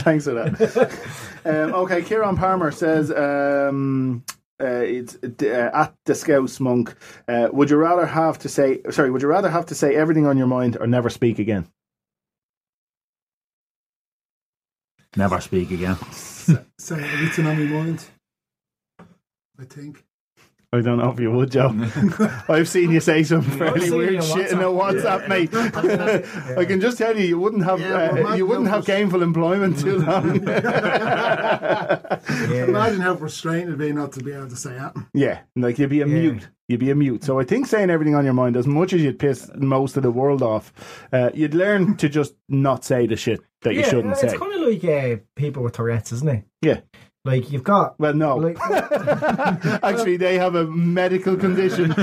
Speaker 5: Thanks for that. um, okay, Kieran Palmer says um, uh, it's d- uh, at the Scouse Monk. Uh, would you rather have to say sorry? Would you rather have to say everything on your mind or never speak again?
Speaker 6: Never speak again.
Speaker 8: So it's on my mind. I think.
Speaker 5: I don't know if you would, Joe. I've seen you say some fairly
Speaker 7: seen it
Speaker 5: weird
Speaker 7: on
Speaker 5: shit in a WhatsApp, mate. I can just tell you, you wouldn't have
Speaker 8: Yeah, well,
Speaker 5: uh,
Speaker 8: Mark
Speaker 5: you wouldn't have
Speaker 8: Nobles-
Speaker 5: gainful employment too long. (laughs)
Speaker 7: yeah.
Speaker 8: Imagine how frustrating it'd be not to be able to say that.
Speaker 5: yeah, like you'd be a
Speaker 7: Yeah.
Speaker 5: mute. You'd be a mute. So I think saying everything on your mind, as much as you'd
Speaker 7: Uh,
Speaker 5: piss most of the world off, uh, you'd learn to just not say the shit that you
Speaker 7: Yeah,
Speaker 5: shouldn't
Speaker 7: it's
Speaker 5: say.
Speaker 7: kind of like uh, people with Tourette's, isn't it?
Speaker 5: Yeah.
Speaker 7: Like you've got
Speaker 5: Well, no. (laughs)
Speaker 7: like
Speaker 5: Actually, they have a
Speaker 7: (laughs)
Speaker 5: medical condition (laughs)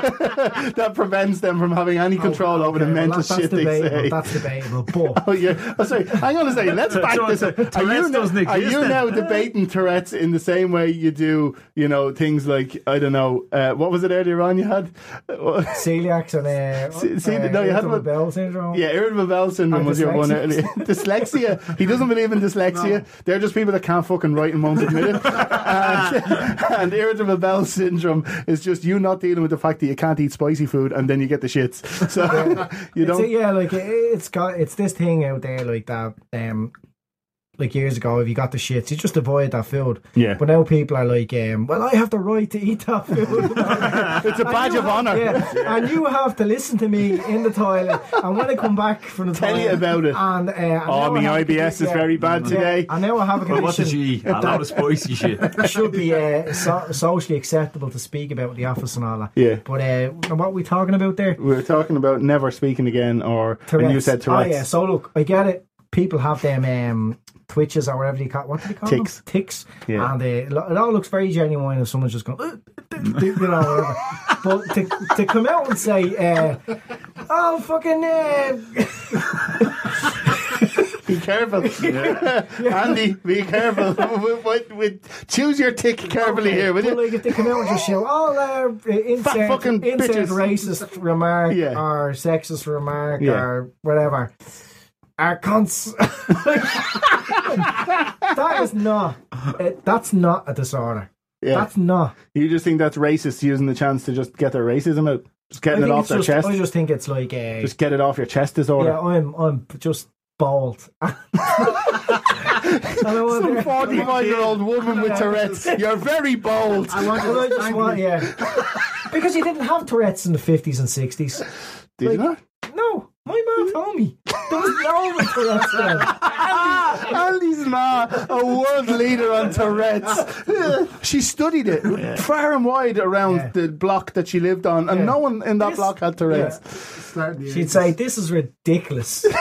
Speaker 5: that prevents them from having any control over the
Speaker 7: Oh, okay, well,
Speaker 5: mental
Speaker 7: that- that's
Speaker 5: shit they
Speaker 7: debatable,
Speaker 5: say.
Speaker 7: That's debatable. But
Speaker 5: (laughs) Oh, yeah. Oh, sorry. Hang on a second.
Speaker 7: (laughs)
Speaker 5: Let's back
Speaker 6: So
Speaker 5: this up.
Speaker 6: it's-
Speaker 5: Are you,
Speaker 6: Tourette's doesn't
Speaker 5: are you
Speaker 6: exist
Speaker 5: now debating Tourette's in the same way you do, you know, things like, I don't know, uh, what was it earlier on you had? Uh,
Speaker 7: celiacs and uh,
Speaker 5: See- see,
Speaker 7: uh,
Speaker 5: no, you had
Speaker 7: irritable
Speaker 5: one-
Speaker 7: bowel syndrome.
Speaker 5: yeah, irritable bowel syndrome
Speaker 7: And
Speaker 5: was your one
Speaker 7: dyslexia.
Speaker 5: earlier. (laughs) dyslexia. He doesn't believe in dyslexia. They're just people that can't fucking write and won't
Speaker 7: (laughs)
Speaker 5: admit it. and, (laughs) and irritable bowel syndrome is just you not dealing with the fact that you can't eat spicy food and then you get the shits. (laughs) So you
Speaker 7: It's-
Speaker 5: don't.
Speaker 7: yeah, like it, it's got it's this thing out there like that. Um, like years ago, if you got the shits, you just avoid that food.
Speaker 5: Yeah.
Speaker 7: But now people are like, um, well, I have the right to eat that food.
Speaker 5: It's a (laughs) badge
Speaker 7: And you
Speaker 5: of
Speaker 7: have-
Speaker 5: honour.
Speaker 7: Yeah,
Speaker 5: (laughs)
Speaker 7: and you have to listen to me in the toilet. And when I come back from the
Speaker 5: Tell
Speaker 7: toilet,
Speaker 5: you about it.
Speaker 7: And, uh, and
Speaker 5: Oh,
Speaker 7: now I
Speaker 5: my
Speaker 7: have a
Speaker 5: IBS is
Speaker 7: condition-
Speaker 5: very bad today.
Speaker 7: I now I have a
Speaker 6: But
Speaker 7: condition.
Speaker 6: what did you eat? A lot of spicy shit.
Speaker 7: It should be uh, so- socially acceptable to speak about in the office and all that.
Speaker 5: Yeah.
Speaker 7: But uh, what are we talking about there?
Speaker 5: We were talking about never speaking again, or
Speaker 7: Tourette's.
Speaker 5: and you said Tourette's.
Speaker 7: Oh, yeah. So look, I get it. People have them um, twitches or whatever you call what do they call
Speaker 5: Tics.
Speaker 7: them? Ticks.
Speaker 5: Yeah.
Speaker 7: And uh, it lo- it all looks very genuine if someone's just going, "Uh, uh, uh," you
Speaker 5: (laughs)
Speaker 7: know, whatever. but to, to come out and say, uh, oh, fucking. Uh,
Speaker 5: Be
Speaker 7: (laughs)
Speaker 5: careful, (laughs) Andy. Be careful. (laughs) with, with, with, choose your tick carefully here, will
Speaker 7: but
Speaker 5: you?
Speaker 7: like if they come out and just shout, oh, uh, insert,
Speaker 5: fucking
Speaker 7: insert
Speaker 5: bitches."
Speaker 7: racist remark
Speaker 5: Yeah.
Speaker 7: or sexist remark
Speaker 5: Yeah.
Speaker 7: or whatever. Our cunts. (laughs)
Speaker 5: (laughs)
Speaker 7: that is not. uh, that's not a disorder.
Speaker 5: Yeah.
Speaker 7: That's not.
Speaker 5: You just think that's racist using the chance to just get their racism out, just
Speaker 7: I,
Speaker 5: getting it
Speaker 7: think
Speaker 5: off
Speaker 7: it's
Speaker 5: their
Speaker 7: just,
Speaker 5: chest.
Speaker 7: I
Speaker 5: Just,
Speaker 7: just think it's like a.
Speaker 5: get it off your chest disorder.
Speaker 7: yeah, I'm. I'm just bald. (laughs) and I want
Speaker 5: Some
Speaker 7: to-
Speaker 5: 45 year (laughs) old woman with Tourette's. You're very bold.
Speaker 8: I want
Speaker 7: and I
Speaker 8: to
Speaker 7: just want, yeah. Because you didn't have Tourette's in the 50s and 60s.
Speaker 5: Did you know?
Speaker 7: No, my mom told me. There was no Tourette's then.
Speaker 5: Andy's ma, "Ah, a world leader on Tourette's. Yeah, (laughs) she studied it far and wide around
Speaker 7: Yeah.
Speaker 5: the block that she lived on, and
Speaker 7: Yeah.
Speaker 5: no one in that
Speaker 7: This-
Speaker 5: block had Tourette's.
Speaker 8: start the
Speaker 7: She'd say, This is ridiculous. (laughs)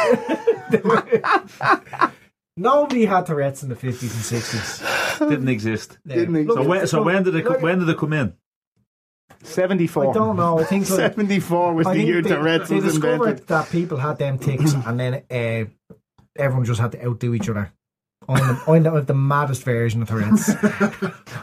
Speaker 7: Nobody had Tourette's in the 50s and 60s.
Speaker 6: Didn't exist.
Speaker 5: Didn't he?
Speaker 7: Look,
Speaker 6: So when, so when did it co- when did it come in?
Speaker 5: 74. (laughs)
Speaker 7: I don't know. I think like,
Speaker 5: 74 was
Speaker 7: I
Speaker 5: the
Speaker 7: think
Speaker 5: year
Speaker 7: they,
Speaker 5: Tourette's
Speaker 7: they
Speaker 5: was
Speaker 7: discovered
Speaker 5: invented.
Speaker 7: that people had them ticks, and then uh, everyone just had to outdo each other. I'm the, I'm the, I'm the maddest version of
Speaker 5: (laughs)
Speaker 7: Tourette's.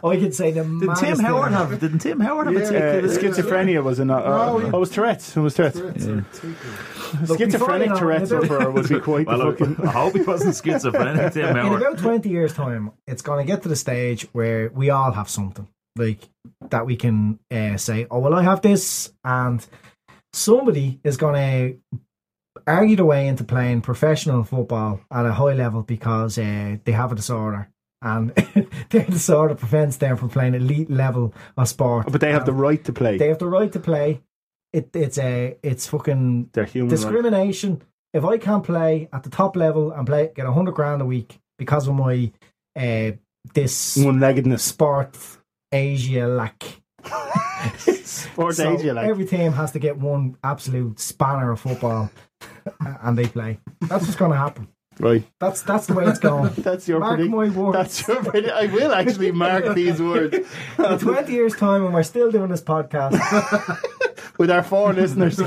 Speaker 7: I could say the
Speaker 6: Did
Speaker 7: maddest.
Speaker 6: Tim
Speaker 7: thing
Speaker 6: Howard
Speaker 7: ever.
Speaker 6: have? Didn't Tim Howard have
Speaker 5: Uh,
Speaker 6: a tick?
Speaker 5: schizophrenia was in. Uh, uh,
Speaker 8: No,
Speaker 5: oh, it was Tourette's. It was Tourette's.
Speaker 7: Look, before you
Speaker 5: Schizophrenic
Speaker 7: know it,
Speaker 5: Tourette's
Speaker 7: in about-
Speaker 5: over would be quite the
Speaker 6: Well,
Speaker 5: fucking.
Speaker 6: I, I hope he wasn't schizophrenic, Tim
Speaker 7: in
Speaker 6: Howard.
Speaker 7: about 20 years time it's going to get to the stage where we all have something like that we can uh, say oh well i have this and somebody is going to argue their way into playing professional football at a high level because uh, they have a disorder and (laughs) their disorder prevents them from playing elite level of sport
Speaker 5: (laughs) But they have the right to play.
Speaker 7: they have the right to play it, it's a it's fucking
Speaker 5: They're human. right.
Speaker 7: discrimination. If I can't play at the top level and play get a hundred grand a week because of my uh, this
Speaker 5: One-leggedness.
Speaker 7: sport Asia lack.
Speaker 5: Or
Speaker 7: So
Speaker 5: danger, like.
Speaker 7: every team has to get one absolute spanner of football, (laughs) uh, and they play. That's what's going to happen.
Speaker 5: right.
Speaker 7: That's that's the way it's
Speaker 5: (laughs)
Speaker 7: going.
Speaker 5: That's your
Speaker 7: Mark
Speaker 5: predict-
Speaker 7: my words.
Speaker 5: That's your predict- I will
Speaker 7: (laughs)
Speaker 5: actually mark these words. (laughs)
Speaker 7: In twenty years' time, when we're still doing this podcast,
Speaker 5: with our four listeners.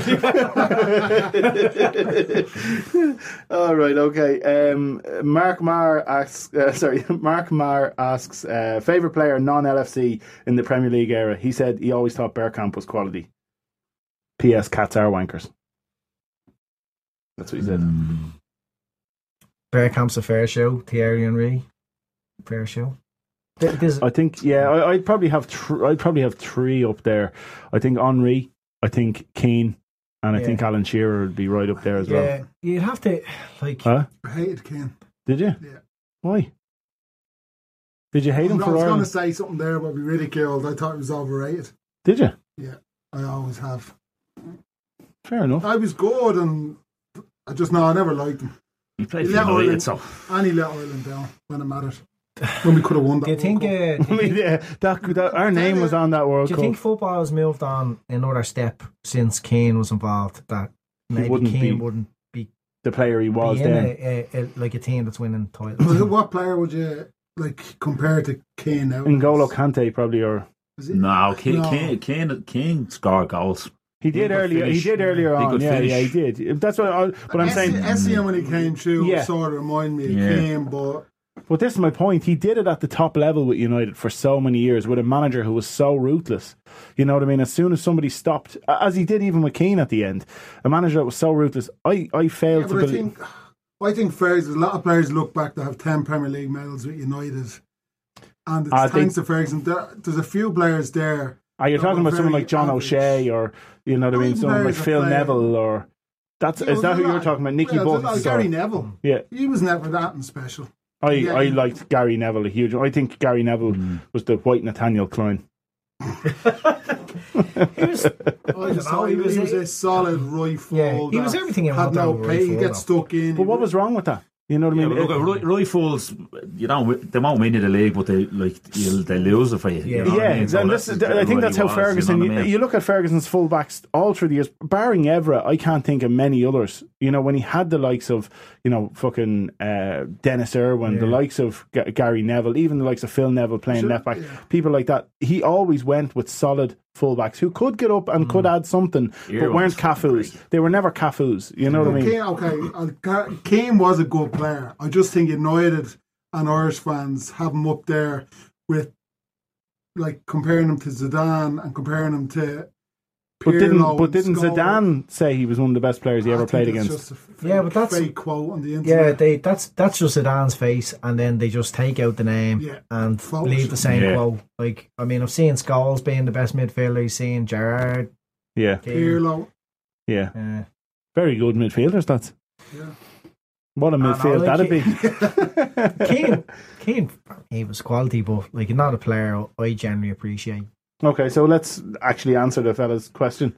Speaker 5: (laughs) All right, okay. Um, Mark Marr asks. Uh, sorry, (laughs) Mark Marr asks. Uh, favorite player non LFC in the Premier League era. He said he always thought Bergkamp was quality. P.S. Cats are wankers. That's what he said.
Speaker 7: Bergkamp's a fair show. Thierry Henry, fair show. Th- this-
Speaker 5: I think yeah, I, I'd probably have thr I'd probably have three up there. I think Henri, I think Keane, and I
Speaker 7: Yeah.
Speaker 5: think Alan Shearer would be right up there as well.
Speaker 7: yeah, you'd have to like.
Speaker 5: Huh?
Speaker 8: I hated Kane.
Speaker 5: Did you?
Speaker 8: Yeah.
Speaker 5: Why? Did you hate him
Speaker 8: I
Speaker 5: for
Speaker 8: was going
Speaker 5: Ireland?
Speaker 8: to say something there, but be ridiculed. I thought it was overrated.
Speaker 5: Did you?
Speaker 8: Yeah, I always have.
Speaker 5: Fair enough.
Speaker 8: I was good, and I just no, I never liked him.
Speaker 6: He played for
Speaker 8: Yeah, well,
Speaker 6: United,
Speaker 8: it-
Speaker 6: so
Speaker 8: And he let Ireland down when it mattered. When we could have won that.
Speaker 7: do you
Speaker 8: World
Speaker 7: think?
Speaker 8: Cup.
Speaker 5: (laughs) (laughs)
Speaker 7: Uh, do
Speaker 5: I
Speaker 7: you
Speaker 5: mean,
Speaker 7: think
Speaker 5: yeah, that, that our name was on that World
Speaker 7: do you
Speaker 5: Cup.
Speaker 7: think football has moved on another step since Kane was involved? That maybe
Speaker 5: wouldn't
Speaker 7: Kane
Speaker 5: be-
Speaker 7: wouldn't be,
Speaker 5: the player he was
Speaker 7: be in
Speaker 5: then.
Speaker 7: a, a, a, like a team that's winning
Speaker 5: (laughs) uh,
Speaker 8: But who-
Speaker 7: titles.
Speaker 8: what player would you like compare to Kane now?
Speaker 5: N'Golo Kante probably, or
Speaker 8: Is it-
Speaker 6: no, Kane,
Speaker 8: No.
Speaker 6: Kane, Kane, Kane scored goals.
Speaker 5: he did
Speaker 6: could
Speaker 5: earlier. He
Speaker 6: finish.
Speaker 5: did earlier
Speaker 6: He
Speaker 5: on.
Speaker 6: could
Speaker 5: Yeah,
Speaker 6: finish.
Speaker 5: yeah, he did. That's what. I, but I'm
Speaker 8: S-
Speaker 5: saying.
Speaker 8: SCM when he came through
Speaker 5: Yeah.
Speaker 8: sort of remind me of
Speaker 6: Yeah.
Speaker 8: Kane, but
Speaker 5: But this is my point. He did it at the top level with United for so many years with a manager who was so ruthless. You know what I mean? As soon as somebody stopped, a- as he did even with Keane at the end, a manager that was so ruthless. I, I failed
Speaker 8: Yeah,
Speaker 5: to
Speaker 8: but I
Speaker 5: believe.
Speaker 8: think I think Ferguson. A lot of players look back to have ten Premier League medals with United, and it's
Speaker 5: I
Speaker 8: thanks
Speaker 5: think-
Speaker 8: to Ferguson. There, there's a few players there.
Speaker 5: Are you
Speaker 8: that
Speaker 5: Ah, talking
Speaker 8: were
Speaker 5: about someone
Speaker 8: very
Speaker 5: like John
Speaker 8: average.
Speaker 5: O'Shea or you know what I mean?
Speaker 8: Even
Speaker 5: Someone like
Speaker 8: players that
Speaker 5: Phil
Speaker 8: play-
Speaker 5: Neville or that's
Speaker 8: Yeah,
Speaker 5: is that
Speaker 8: there's
Speaker 5: who
Speaker 8: a
Speaker 5: you're
Speaker 8: lot-
Speaker 5: talking about? Nicky
Speaker 8: yeah, there's a lot-
Speaker 5: Butt.
Speaker 8: uh, Gary Neville.
Speaker 5: Yeah.
Speaker 8: He was never that special.
Speaker 5: I,
Speaker 8: Yeah.
Speaker 5: I liked Gary Neville a huge. I think Gary Neville
Speaker 6: Mm.
Speaker 5: was the white Nathaniel (laughs)
Speaker 6: (laughs)
Speaker 5: Klein.
Speaker 7: He was-
Speaker 8: I just
Speaker 7: know,
Speaker 8: thought he
Speaker 7: he
Speaker 8: was,
Speaker 7: was-
Speaker 8: he was a solid rifle.
Speaker 7: Yeah, he was
Speaker 8: that
Speaker 7: everything I
Speaker 8: Had
Speaker 7: wanted out
Speaker 8: no
Speaker 7: of a
Speaker 8: pay. He
Speaker 7: rifle,
Speaker 8: gets
Speaker 7: though.
Speaker 8: stuck in.
Speaker 5: But what was wrong with that? You know what I
Speaker 6: Yeah,
Speaker 5: mean?
Speaker 6: but look,
Speaker 5: It-
Speaker 6: ri- rifles, you don't, they won't win you the league, but they like you'll, they lose it for you. you
Speaker 7: Yeah.
Speaker 6: know what
Speaker 5: Yeah,
Speaker 6: I mean? So
Speaker 5: and this is, I
Speaker 6: what
Speaker 5: think that's
Speaker 6: he
Speaker 5: how
Speaker 6: was,
Speaker 5: Ferguson.
Speaker 6: You,
Speaker 5: You,
Speaker 6: know what I mean?
Speaker 5: you look at Ferguson's fullbacks all through the years, barring Evra. I can't think of many others. You know, when he had the likes of you know fucking uh, Dennis Irwin, the likes of G- Gary Neville, even the likes of Phil Neville playing left back, people like that. He always went with solid fullbacks who could get up and
Speaker 6: Mm.
Speaker 5: could add something, but
Speaker 6: Irwin's
Speaker 5: weren't
Speaker 6: fucking
Speaker 5: cafus. They were never cafus. You know what I mean?
Speaker 8: Kane, okay, uh, Gar- Kane was a good player. I just think United and Irish fans have him up there with like comparing him to Zidane and comparing him to.
Speaker 5: But didn't
Speaker 8: Pirlo
Speaker 5: but
Speaker 8: and
Speaker 5: didn't
Speaker 8: Scholes.
Speaker 5: Zidane say he was one of the best players he
Speaker 8: I
Speaker 5: ever
Speaker 8: think
Speaker 5: played
Speaker 8: that's
Speaker 5: against?
Speaker 8: just a fake-
Speaker 7: Yeah, but that's-
Speaker 8: fake quote on the
Speaker 7: yeah,
Speaker 8: internet.
Speaker 7: they that's that's just Zidane's face, and then they just take out the name
Speaker 8: Yeah.
Speaker 7: and
Speaker 8: False.
Speaker 7: leave the same
Speaker 6: Yeah.
Speaker 7: quote. Like I mean, I've seen Scholes being the best midfielder. You've seen Gerrard.
Speaker 5: Yeah,
Speaker 7: Kane,
Speaker 8: Pirlo,
Speaker 5: yeah,
Speaker 7: uh,
Speaker 5: very good midfielders. That's
Speaker 8: yeah.
Speaker 5: what a
Speaker 7: no,
Speaker 5: midfield
Speaker 7: like
Speaker 5: that'd
Speaker 7: he-
Speaker 5: be. (laughs)
Speaker 7: Kane, Kane, he was quality, but like not a player I generally appreciate.
Speaker 5: Okay, so let's actually answer the fella's question.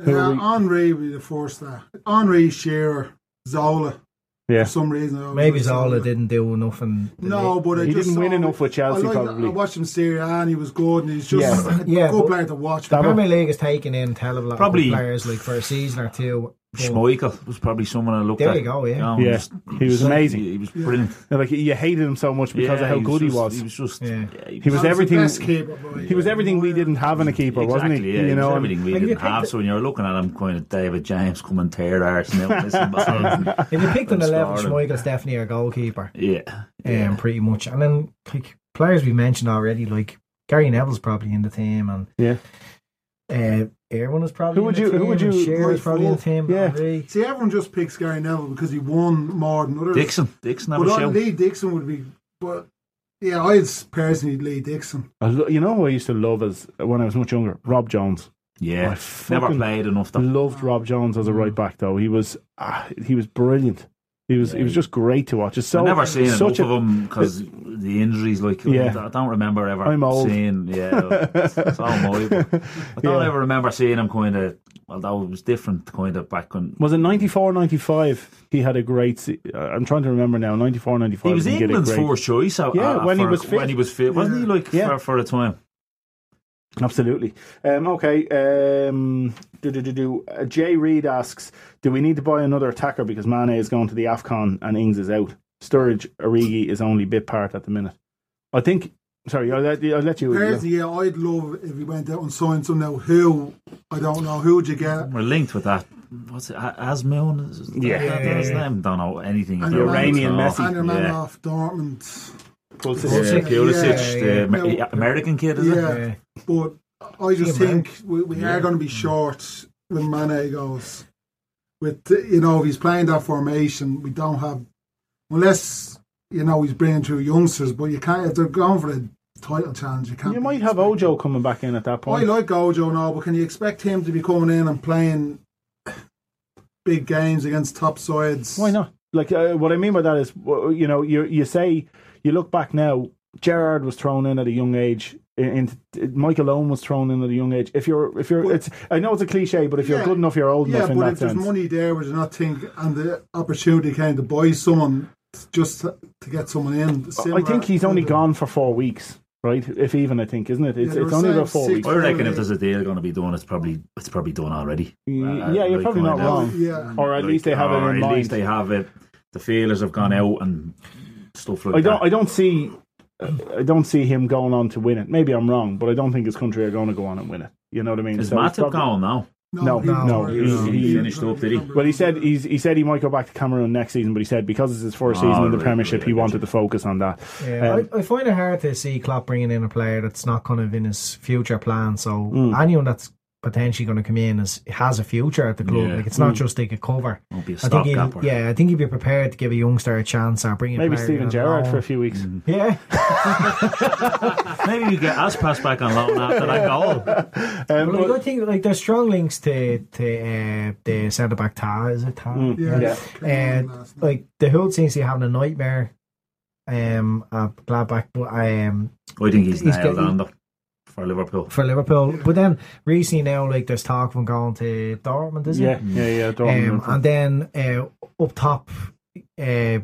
Speaker 5: Who are
Speaker 8: yeah
Speaker 5: we-
Speaker 8: Henri would be the first there. Henri, Shearer, Zola.
Speaker 5: Yeah.
Speaker 8: For some reason, I always
Speaker 7: Maybe
Speaker 8: like
Speaker 7: Zola didn't do enough, and
Speaker 8: No, but I
Speaker 5: He
Speaker 8: just
Speaker 5: didn't win
Speaker 8: saw-
Speaker 5: enough with Chelsea,
Speaker 8: I liked-
Speaker 5: probably.
Speaker 8: I watched him Serie A, and he was good, and he's just
Speaker 5: Yeah.
Speaker 8: a
Speaker 7: Yeah,
Speaker 8: good
Speaker 7: but-
Speaker 8: player to watch.
Speaker 7: the
Speaker 5: That-
Speaker 7: Premier League is taking in hell of a lot
Speaker 6: Probably-
Speaker 7: of good players like for a season or two. but-
Speaker 6: Schmeichel was probably someone I looked
Speaker 7: There
Speaker 6: at.
Speaker 7: you go, yeah.
Speaker 6: know,
Speaker 5: Yeah,
Speaker 6: just-
Speaker 5: he was amazing.
Speaker 6: He, he was brilliant
Speaker 5: Like you hated him so much because
Speaker 6: Yeah,
Speaker 5: of how good
Speaker 6: just,
Speaker 5: he was.
Speaker 6: He was just
Speaker 7: Yeah.
Speaker 6: yeah,
Speaker 5: He was
Speaker 8: That the
Speaker 5: everything-
Speaker 8: best keeper, boy.
Speaker 5: He was everything we didn't have in a keeper, wasn't
Speaker 6: Exactly,
Speaker 5: he?
Speaker 6: Yeah,
Speaker 5: you
Speaker 6: he
Speaker 5: know,
Speaker 6: was
Speaker 5: and-
Speaker 6: everything we
Speaker 7: Like, if you
Speaker 6: didn't
Speaker 7: pick
Speaker 6: have.
Speaker 7: the-
Speaker 6: so when you're looking at him, going, David James come and tear
Speaker 5: (laughs)
Speaker 6: Arsenal. missing balls.
Speaker 7: If you picked an
Speaker 6: And
Speaker 7: eleven,
Speaker 6: scoring.
Speaker 7: Schmeichel's definitely your goalkeeper.
Speaker 6: yeah,
Speaker 7: um, pretty much. And then like players we mentioned already, like Gary Neville's probably in the team, and
Speaker 5: yeah,
Speaker 7: uh, everyone is probably
Speaker 5: Who
Speaker 7: in
Speaker 5: would
Speaker 7: the
Speaker 5: you- who
Speaker 7: Team,
Speaker 5: would
Speaker 7: and
Speaker 5: you-
Speaker 7: Shearer's probably in the team.
Speaker 5: Yeah.
Speaker 7: Henry.
Speaker 8: See, everyone just picks Gary Neville because he won more than others.
Speaker 6: Dixon, Dixon, have
Speaker 8: but
Speaker 6: a
Speaker 8: on
Speaker 6: show.
Speaker 8: Lee Dixon would be. But yeah, I personally Lee Dixon.
Speaker 5: I lo- you know who I used to love as when I was much younger, Rob Jones. I
Speaker 6: Yeah, never
Speaker 5: fucking
Speaker 6: played enough. Though.
Speaker 5: Loved Rob Jones as a right back, though. He was ah, he was brilliant. He was he was just great to watch. It's so
Speaker 6: I've never seen enough
Speaker 5: such
Speaker 6: of
Speaker 5: a,
Speaker 6: them because the injuries. Like,
Speaker 5: Yeah.
Speaker 6: I don't remember ever
Speaker 5: I'm old. (laughs)
Speaker 6: seeing. Yeah, it's unbelievable. I don't
Speaker 5: Yeah.
Speaker 6: ever remember seeing him kind of. Although it was different, kind of back when
Speaker 5: Was it 94, 95? He had a great. se- uh, I'm trying to remember now. 94, 95.
Speaker 6: he was
Speaker 5: he did a
Speaker 6: England's
Speaker 5: great-
Speaker 6: fourth choice. uh,
Speaker 5: Yeah,
Speaker 6: uh,
Speaker 5: when he
Speaker 6: for-
Speaker 5: was fit.
Speaker 6: When he was fit, wasn't he? Like
Speaker 5: Yeah.
Speaker 6: for, for a time.
Speaker 5: Absolutely. Um, okay. Um, do, do, do, do. Uh, Jay Reid asks Do we need to buy another attacker because Mane is going to the AFCON and Ings is out? Sturridge Origi is only bit part at the minute. I think Sorry, I'll let, I'll let you.
Speaker 8: Personally, yeah, I'd love if we went out and signed some now. Who I don't know. Who'd you get?
Speaker 6: We're linked with that. What's it? A- Asmoon? Is it-
Speaker 5: Yeah.
Speaker 6: that- that's them. Don't know anything.
Speaker 8: And
Speaker 6: about
Speaker 8: your
Speaker 6: them,
Speaker 8: man-
Speaker 5: Iranian
Speaker 6: so-
Speaker 5: Messi.
Speaker 8: And your man
Speaker 6: Yeah.
Speaker 8: off Dortmund.
Speaker 6: Yeah,
Speaker 8: Yeah,
Speaker 6: Pulisic,
Speaker 7: yeah,
Speaker 5: uh,
Speaker 6: the Amer-
Speaker 8: yeah.
Speaker 6: American kid, is
Speaker 8: Yeah.
Speaker 6: it?
Speaker 8: But I just
Speaker 7: Yeah, man.
Speaker 8: think we, we are going to be short when Mane goes. With uh, you know, if he's playing that formation, we don't have unless you know he's bringing through youngsters. But you can't if they're going for a title challenge. You can't.
Speaker 5: You
Speaker 8: be
Speaker 5: might have
Speaker 8: expecting-
Speaker 5: Ojo coming back in at that
Speaker 8: I
Speaker 5: point.
Speaker 8: like Ojo now, but can you expect him to be coming in and playing big games against top sides?
Speaker 5: Why not? Like uh, what I mean by that is, w- you know, you you say you look back now. Gerard was thrown in at a young age. In, in, Michael Owen was thrown in at a young age. If you're, if you're,
Speaker 8: But-
Speaker 5: it's. I know it's a cliche, but if you're
Speaker 8: Yeah.
Speaker 5: good enough, you're old
Speaker 8: Yeah,
Speaker 5: enough in
Speaker 8: but
Speaker 5: that
Speaker 8: if there's
Speaker 5: sense.
Speaker 8: money there, would you not think? And the opportunity came to buy someone just to, to get someone in.
Speaker 5: I
Speaker 8: similar-
Speaker 5: think he's only gone for four weeks, right? If even, I think, isn't it? It's,
Speaker 8: they
Speaker 5: it's
Speaker 8: were
Speaker 5: only
Speaker 8: saying
Speaker 5: about four
Speaker 8: six
Speaker 5: weeks.
Speaker 6: I reckon if there's a deal going to be done, it's probably it's probably done already.
Speaker 5: Y-
Speaker 6: Uh,
Speaker 5: yeah, you're
Speaker 6: like
Speaker 5: probably
Speaker 6: going
Speaker 5: not
Speaker 6: out.
Speaker 5: wrong.
Speaker 8: Yeah.
Speaker 5: Or at least they have it
Speaker 6: or
Speaker 5: in
Speaker 6: at
Speaker 5: mind.
Speaker 6: least they have it. The feelers have gone out and stuff like
Speaker 5: I don't. I
Speaker 6: that.
Speaker 5: don't see. uh, I don't see him going on to win it. Maybe I'm wrong, but I don't think his country are going to go on and win it. You know what I mean?
Speaker 6: Is
Speaker 5: So it's
Speaker 6: Matip
Speaker 5: probably-
Speaker 6: gone now?
Speaker 5: No,
Speaker 8: he was
Speaker 7: no,
Speaker 8: already
Speaker 5: he was-
Speaker 8: gone.
Speaker 5: he
Speaker 8: was
Speaker 6: finished up, did he?
Speaker 8: already
Speaker 5: Well, he said
Speaker 8: gone.
Speaker 5: he's, he said he might go back to Cameroon next season, but he said because it's his first
Speaker 6: Oh,
Speaker 5: season in the
Speaker 6: right,
Speaker 5: Premiership,
Speaker 6: right,
Speaker 5: he
Speaker 6: right.
Speaker 5: wanted to focus on that.
Speaker 7: Yeah,
Speaker 5: Um,
Speaker 7: I, I find it hard to see Klopp bringing in a player that's not kind of in his future plan. So
Speaker 5: Hmm.
Speaker 7: anyone that's potentially going to come in is has a future at the club.
Speaker 6: Yeah.
Speaker 7: Like
Speaker 5: Hmm.
Speaker 7: it's not just like a cover.
Speaker 6: Won't be a
Speaker 7: I think
Speaker 6: stopgap
Speaker 7: he'll-
Speaker 6: or-
Speaker 7: yeah, I think he'd be prepared to give a youngster a chance or bring a
Speaker 5: Maybe
Speaker 7: player Mm.
Speaker 5: Steven
Speaker 7: in
Speaker 5: Gerrard
Speaker 7: alone.
Speaker 5: for a few (laughs) weeks. Um,
Speaker 7: Yeah,
Speaker 6: Maybe we get us passed back on loan after
Speaker 5: (laughs)
Speaker 6: that goal.
Speaker 5: Um,
Speaker 7: but like, I think like there's strong links to to uh, the centre back Ta. Is it Ta?
Speaker 5: Mm,
Speaker 8: Yeah.
Speaker 7: And like the whole seems to be having a nightmare. Um, at Gladbach, but um,
Speaker 6: I think he's,
Speaker 7: He's
Speaker 6: nailed
Speaker 7: getting-
Speaker 6: on though for Liverpool.
Speaker 7: for Liverpool. But then recently now, like there's talk of him going to Dortmund, is
Speaker 5: yeah,
Speaker 7: it?
Speaker 5: yeah, yeah. Dortmund.
Speaker 7: Um, and then uh, up top, uh,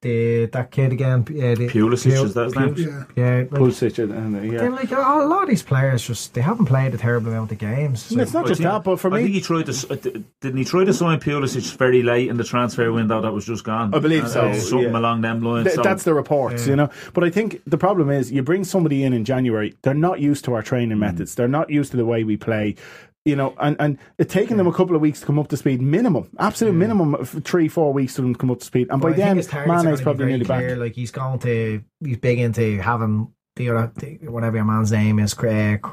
Speaker 7: the that kid again, uh, the,
Speaker 6: Pulisic,
Speaker 7: Pul-
Speaker 6: is that his name?
Speaker 7: Pul-
Speaker 8: Yeah.
Speaker 7: Yeah, like,
Speaker 5: Pulisic and- and- yeah.
Speaker 7: then like a a lot of these players just they haven't played a terrible amount of games. So,
Speaker 5: It's not
Speaker 6: I
Speaker 5: just
Speaker 6: think-
Speaker 5: that, but for
Speaker 6: I think
Speaker 5: me,
Speaker 6: he tried to. s- uh, d- Didn't he try to sign Pulisic very late in the transfer window that was just gone?
Speaker 5: I believe
Speaker 6: Uh,
Speaker 5: so,
Speaker 6: uh, Something
Speaker 5: yeah.
Speaker 6: along them lines.
Speaker 5: th-
Speaker 6: so
Speaker 5: that's the reports, you know. But I think the problem is you bring somebody in in January, they're not used to our training
Speaker 7: Mm.
Speaker 5: methods, they're not used to the way we play. You know, and, and it's taken them a couple of weeks to come up to speed, minimum, absolute minimum, of three, four weeks to them to come up to speed. And
Speaker 7: but I
Speaker 5: by
Speaker 7: think
Speaker 5: then,
Speaker 7: his targets are
Speaker 5: Mane's
Speaker 7: gonna be
Speaker 5: probably
Speaker 7: very
Speaker 5: nearly
Speaker 7: clear,
Speaker 5: back.
Speaker 7: Like he's going to, he's big into having the other, the, whatever your man's name is, Craig.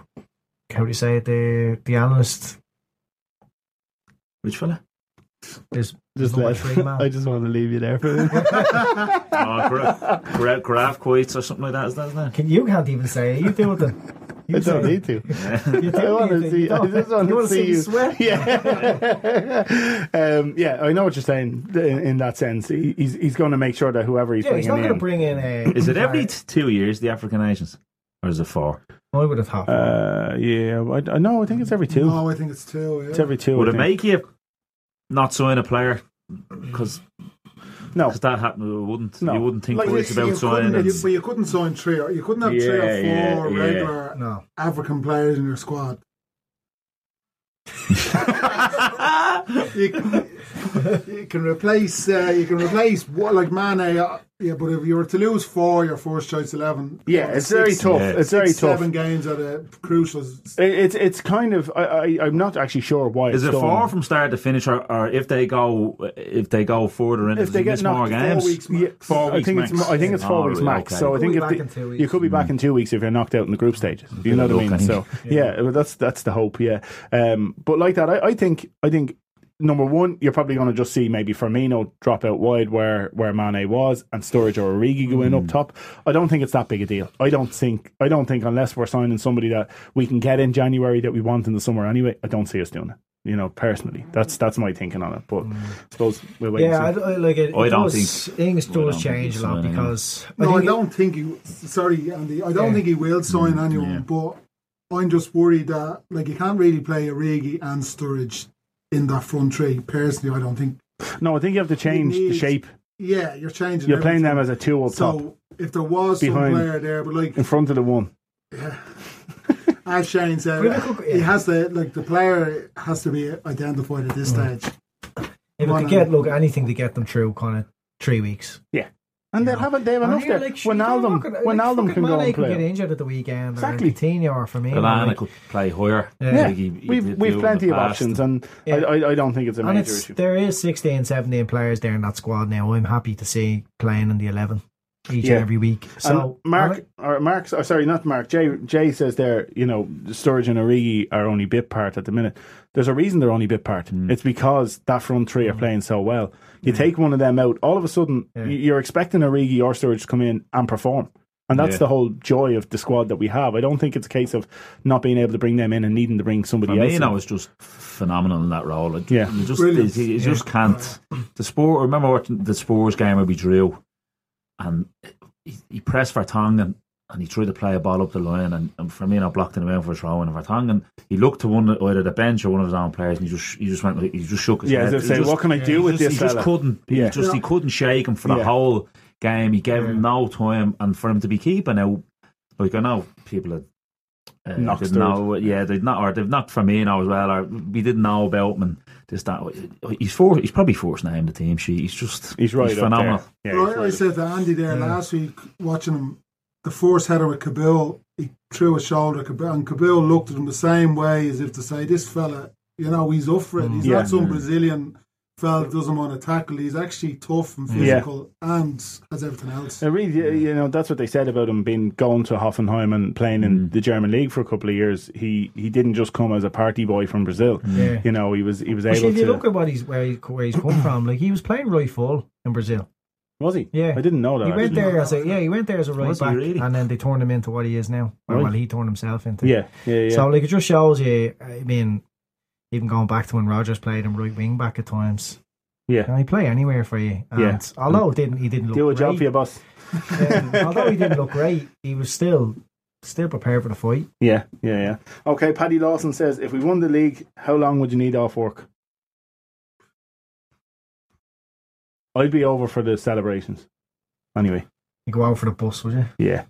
Speaker 7: How do you say it? The the analyst
Speaker 6: which fella?
Speaker 7: is
Speaker 5: Just
Speaker 7: number
Speaker 5: let-
Speaker 7: three
Speaker 5: (laughs)
Speaker 7: man.
Speaker 5: I just want to leave you there for a minute.
Speaker 6: Oh, Gra- Gra- Grafquits or something like that. Is that his name?
Speaker 7: Can, you can't even say it. You do it. Then.
Speaker 5: (laughs)
Speaker 7: You
Speaker 5: I
Speaker 7: say
Speaker 5: don't
Speaker 7: it.
Speaker 5: need to. (laughs)
Speaker 7: (laughs) You
Speaker 5: I
Speaker 7: do
Speaker 5: want to
Speaker 7: anything.
Speaker 5: see.
Speaker 7: You
Speaker 5: I
Speaker 7: don't.
Speaker 5: just want
Speaker 7: You
Speaker 5: to
Speaker 7: wanna
Speaker 5: see
Speaker 7: me
Speaker 5: you. (laughs)
Speaker 7: sweat?
Speaker 5: Yeah, (laughs) um, yeah. I know what you're saying in, in that sense. He, he's he's going to make sure that whoever he's
Speaker 7: Yeah, he's
Speaker 5: bringing
Speaker 7: not going to
Speaker 5: in.
Speaker 7: bring in a.
Speaker 6: Is it every t- two years the African nations, or is it four?
Speaker 7: I would have thought.
Speaker 5: uh, yeah, I, I know. I think it's every two.
Speaker 8: No, I think it's two. Yeah.
Speaker 5: It's every two.
Speaker 6: Would
Speaker 5: I
Speaker 6: it
Speaker 5: think.
Speaker 6: make you not sign a player? Because
Speaker 5: no?
Speaker 6: that happened, it wouldn't.
Speaker 5: No.
Speaker 6: You wouldn't think
Speaker 5: Like,
Speaker 6: twice
Speaker 5: you-
Speaker 6: about
Speaker 8: you couldn't,
Speaker 6: signing.
Speaker 8: you,
Speaker 6: and-
Speaker 8: but you couldn't sign three. Or, you couldn't have three
Speaker 6: Yeah, yeah,
Speaker 8: or four
Speaker 6: yeah.
Speaker 8: regular
Speaker 7: No.
Speaker 8: African players in your squad. you, can, (laughs) you can replace. Uh, you can replace what like Mane. Uh, yeah, but if you were to lose four, your first choice eleven.
Speaker 5: Yeah, it's very tough.
Speaker 6: yeah.
Speaker 5: It's very
Speaker 8: six,
Speaker 5: tough.
Speaker 8: Seven games are the crucial.
Speaker 5: It, it's it's kind of. I, I I'm not actually sure why.
Speaker 6: (laughs) Is it
Speaker 5: it's done.
Speaker 6: four from start to finish, or, or if they go if they go further in,
Speaker 5: If
Speaker 6: does
Speaker 5: they
Speaker 6: he
Speaker 5: get
Speaker 6: miss more
Speaker 5: knocked four
Speaker 6: games?
Speaker 5: weeks,
Speaker 8: max.
Speaker 5: yeah,
Speaker 6: Four
Speaker 5: I
Speaker 6: weeks
Speaker 5: think it's
Speaker 6: max.
Speaker 5: I think it's four
Speaker 6: Oh,
Speaker 5: weeks
Speaker 6: right,
Speaker 5: max.
Speaker 6: okay. Hmm.
Speaker 5: So I
Speaker 6: Could
Speaker 5: think
Speaker 7: be
Speaker 5: if
Speaker 7: back
Speaker 5: the-
Speaker 7: in two weeks.
Speaker 5: you could be back in two weeks if you're knocked out in the group stages. You know what I
Speaker 6: luck,
Speaker 5: mean?
Speaker 6: I think.
Speaker 5: So yeah, well, that's that's the hope. Yeah, um, but like that, I, I think I think number one, you're probably going to just see maybe Firmino drop out wide where where Mane was, and Sturridge or Origi go in
Speaker 6: Hmm.
Speaker 5: up top. I don't think it's that big a deal. I don't think I don't think unless we're signing somebody that we can get in January that we want in the summer anyway. I don't see us doing it. You know, personally, that's that's my thinking on it. But
Speaker 6: Hmm.
Speaker 5: I suppose we'll wait.
Speaker 7: Yeah, I,
Speaker 5: and see.
Speaker 7: I- like it.
Speaker 6: Oh, I
Speaker 7: it
Speaker 6: don't
Speaker 7: does,
Speaker 6: think-
Speaker 7: things
Speaker 6: I don't
Speaker 7: does
Speaker 6: think
Speaker 7: change a
Speaker 6: he's
Speaker 7: lot
Speaker 6: signing.
Speaker 7: because
Speaker 8: No, I
Speaker 7: think-
Speaker 8: don't think he. Sorry, Andy. I don't
Speaker 7: Yeah.
Speaker 8: think he will sign
Speaker 5: Mm,
Speaker 8: anyone.
Speaker 6: yeah.
Speaker 8: But I'm just worried that like you can't really play Origi and Sturridge in that front three. Personally, I don't think.
Speaker 5: No, I think you have to change the
Speaker 8: needs-
Speaker 5: shape.
Speaker 8: Yeah, you're changing.
Speaker 5: You're playing them
Speaker 8: everything.
Speaker 5: as a two up
Speaker 8: so.
Speaker 5: top
Speaker 8: If there was some
Speaker 5: Behind.
Speaker 8: player there,
Speaker 5: (laughs)
Speaker 8: but like
Speaker 5: in front of the one.
Speaker 8: as Shane said,
Speaker 7: But if it could-
Speaker 8: he has to like the player has to be identified at this stage.
Speaker 7: If we
Speaker 8: One
Speaker 7: could get
Speaker 8: and-
Speaker 7: look anything to get them through, kind of three weeks.
Speaker 5: Yeah. And they'll have a, they have enough there. when Wijnaldum, Wijnaldum can go and
Speaker 7: can get
Speaker 5: play.
Speaker 7: injured at the weekend.
Speaker 5: Exactly.
Speaker 7: Or Coutinho or Firmino.
Speaker 6: Lallana
Speaker 7: like-
Speaker 6: could play higher.
Speaker 5: Yeah,
Speaker 6: Like he- he
Speaker 5: we've
Speaker 6: did do
Speaker 5: we've
Speaker 6: in
Speaker 5: plenty
Speaker 6: the
Speaker 5: of
Speaker 6: past.
Speaker 5: options, and
Speaker 7: Yeah.
Speaker 5: I, I I don't think it's a
Speaker 7: and
Speaker 5: major
Speaker 7: it's,
Speaker 5: issue.
Speaker 7: there is 16, 17 players there in that squad now. I'm happy to see playing in the 11 each
Speaker 5: Yeah.
Speaker 7: and every week. So
Speaker 5: and Mark
Speaker 7: I like-
Speaker 5: or Mark, or sorry, not Mark. Jay Jay says there, you know, Sturridge and Origi are only bit part at the minute. There's a reason they're only bit part.
Speaker 6: Mm.
Speaker 5: It's because that front three are playing so well. You take one of them out, all of a sudden y- you're expecting Origi or Sturridge to come in and perform. And that's
Speaker 6: Yeah.
Speaker 5: the whole joy of the squad that we have. I don't think it's a case of not being able to bring them in and needing to bring somebody else. in.
Speaker 6: Firmino was just phenomenal in that role. Like,
Speaker 5: Yeah.
Speaker 6: you just,
Speaker 8: Brilliant.
Speaker 6: He, he just can't. The Spurs. I remember watching the Spurs game where we drew, and he, he pressed Vertonghen and he tried to play a ball up the line, and, and Firmino blocked him out for a throw, and Vertonghen he looked to one either the bench or one of his own players, and he just he just went like, he just shook his
Speaker 5: yeah, as
Speaker 6: head.
Speaker 5: I
Speaker 6: He
Speaker 5: say,
Speaker 6: just-
Speaker 5: what can I do with
Speaker 6: just,
Speaker 5: this?
Speaker 6: he just
Speaker 5: fella?
Speaker 6: couldn't. He
Speaker 5: Yeah.
Speaker 6: just he couldn't shake him for the
Speaker 5: Yeah.
Speaker 6: whole game. He gave him no time, and for him to be keeping out, like I know people had. Uh,
Speaker 5: Knocked
Speaker 6: didn't
Speaker 5: through
Speaker 6: know, yeah, they've not, or they've knocked Firmino as well, or we didn't know about him. And this, that, he's four, he's probably fourth name the team sheet. He's just,
Speaker 5: He's right.
Speaker 6: he's
Speaker 5: up there.
Speaker 6: phenomenal.
Speaker 5: Yeah, Mm.
Speaker 8: Well,
Speaker 5: he's
Speaker 8: I, I
Speaker 5: right up-
Speaker 8: said to Andy there last week, watching him, the force header with Kabul, he threw his shoulder, Kabul, and Kabul looked at him the same way as if to say, this fella, you know, he's up for it. He's
Speaker 5: Mm. Yeah.
Speaker 8: not some Brazilian fella that doesn't want to tackle. He's actually tough and
Speaker 5: Yeah.
Speaker 8: physical and has everything else.
Speaker 5: I really, you know, that's what they said about him being going to Hoffenheim and playing
Speaker 7: Mm.
Speaker 5: in the German league for a couple of years. He he didn't just come as a party boy from Brazil.
Speaker 7: Mm. Yeah.
Speaker 5: You know, he was he was
Speaker 7: Actually,
Speaker 5: able
Speaker 7: if you
Speaker 5: to.
Speaker 7: look at what he's, where, he, where he's come from, like he was playing right full in Brazil.
Speaker 5: was he?
Speaker 7: Yeah.
Speaker 5: I didn't know that.
Speaker 7: He went
Speaker 5: actually.
Speaker 7: there as a yeah, he went there as a right
Speaker 6: Was he
Speaker 7: back,
Speaker 6: really?
Speaker 7: and then they turned him into what he is now. Or,
Speaker 5: Right.
Speaker 7: Well, he turned himself into.
Speaker 5: Yeah, yeah, yeah.
Speaker 7: So like it just shows you. I mean, even going back to when Rogers played him right wing back at times,
Speaker 5: yeah.
Speaker 7: and he play anywhere for you. And
Speaker 5: Yeah.
Speaker 7: Although it didn't he didn't look
Speaker 5: Do a
Speaker 7: uh, great,
Speaker 5: job for your boss.
Speaker 7: um, although he didn't look great, he was still still prepared for the fight.
Speaker 5: Yeah, yeah, yeah. Okay, Paddy Lawson says, if we won the league, how long would you need off work? I'd be over for the celebrations. Anyway,
Speaker 7: You go out for the bus, would you?
Speaker 5: yeah,
Speaker 6: Yeah,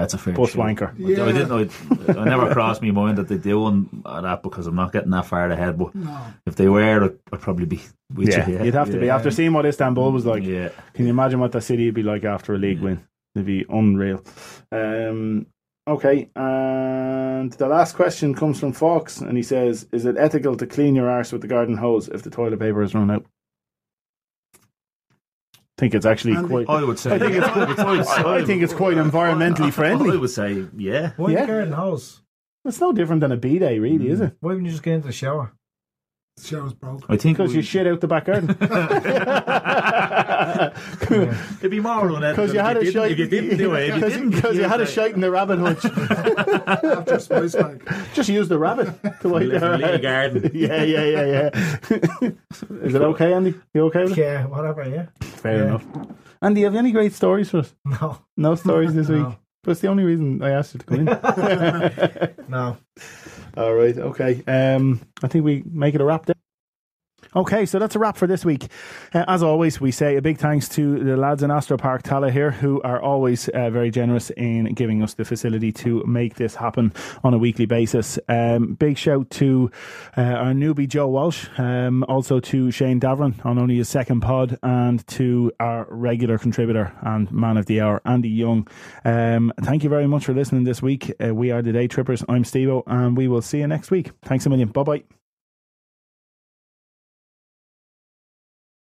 Speaker 6: that's a fair
Speaker 5: bus
Speaker 6: shoot.
Speaker 5: wanker.
Speaker 6: I- I
Speaker 8: Yeah.
Speaker 6: didn't know. I never crossed my mind that they do one uh, that because I'm not getting that far ahead. But
Speaker 8: No.
Speaker 6: if they were, I'd, I'd probably be. With
Speaker 5: Yeah,
Speaker 6: you,
Speaker 5: you'd have to be after seeing what Istanbul was like.
Speaker 6: yeah.
Speaker 5: Can you imagine what that city would be like after a
Speaker 6: Mm.
Speaker 5: league win? It'd be unreal. Um, okay, and the last question comes from Fox, and he says, "Is it ethical to clean your arse with the garden hose if the toilet paper has run out?" I think it's actually
Speaker 8: Andy?
Speaker 5: quite.
Speaker 6: I would say.
Speaker 5: I think it's quite, I think it's quite environmentally
Speaker 6: I
Speaker 5: friendly.
Speaker 6: would say, yeah.
Speaker 7: Why
Speaker 5: Yeah.
Speaker 7: the garden hose?
Speaker 5: It's no different than a b day, really,
Speaker 6: Mm.
Speaker 5: is it?
Speaker 7: Why wouldn't you just get into the shower?
Speaker 8: The
Speaker 5: (laughs)
Speaker 8: shower's broke.
Speaker 6: I think
Speaker 5: Because you
Speaker 6: we-
Speaker 5: shit out the back
Speaker 6: (laughs)
Speaker 5: garden.
Speaker 6: It'd be more on
Speaker 5: Because you had a shite.
Speaker 6: If you didn't
Speaker 5: (laughs)
Speaker 6: do it, if you didn't,
Speaker 5: Because you had a
Speaker 6: say,
Speaker 5: shite in the rabbit
Speaker 6: (laughs)
Speaker 5: hutch.
Speaker 8: After Spice Bank.
Speaker 5: Just use the rabbit to wipe
Speaker 6: live in
Speaker 5: your
Speaker 6: a little
Speaker 5: ass.
Speaker 6: garden.
Speaker 5: Yeah, yeah, yeah, (laughs) yeah. Is it okay, Andy? You okay with it?
Speaker 7: Yeah, whatever. Yeah. (laughs)
Speaker 5: Fair enough. Andy, have you any great stories for us?
Speaker 7: No,
Speaker 5: (laughs) No stories this
Speaker 7: No.
Speaker 5: week. That's the only reason I asked you to come in.
Speaker 7: no.
Speaker 5: (laughs) All right, okay. Um, I think we make it a wrap there. Okay, so that's a wrap for this week. Uh, as always, we say a big thanks to the lads in Astro Park Tala here, who are always uh, very generous in giving us the facility to make this happen on a weekly basis. Um, big shout to uh, our newbie Joe Walsh, um, also to Shane Davron on only his second pod, and to our regular contributor and man of the hour, Andy Young. Um, thank you very much for listening this week. Uh, we are the Day Trippers. I'm Steve and we will see you next week. Thanks a million. Bye bye.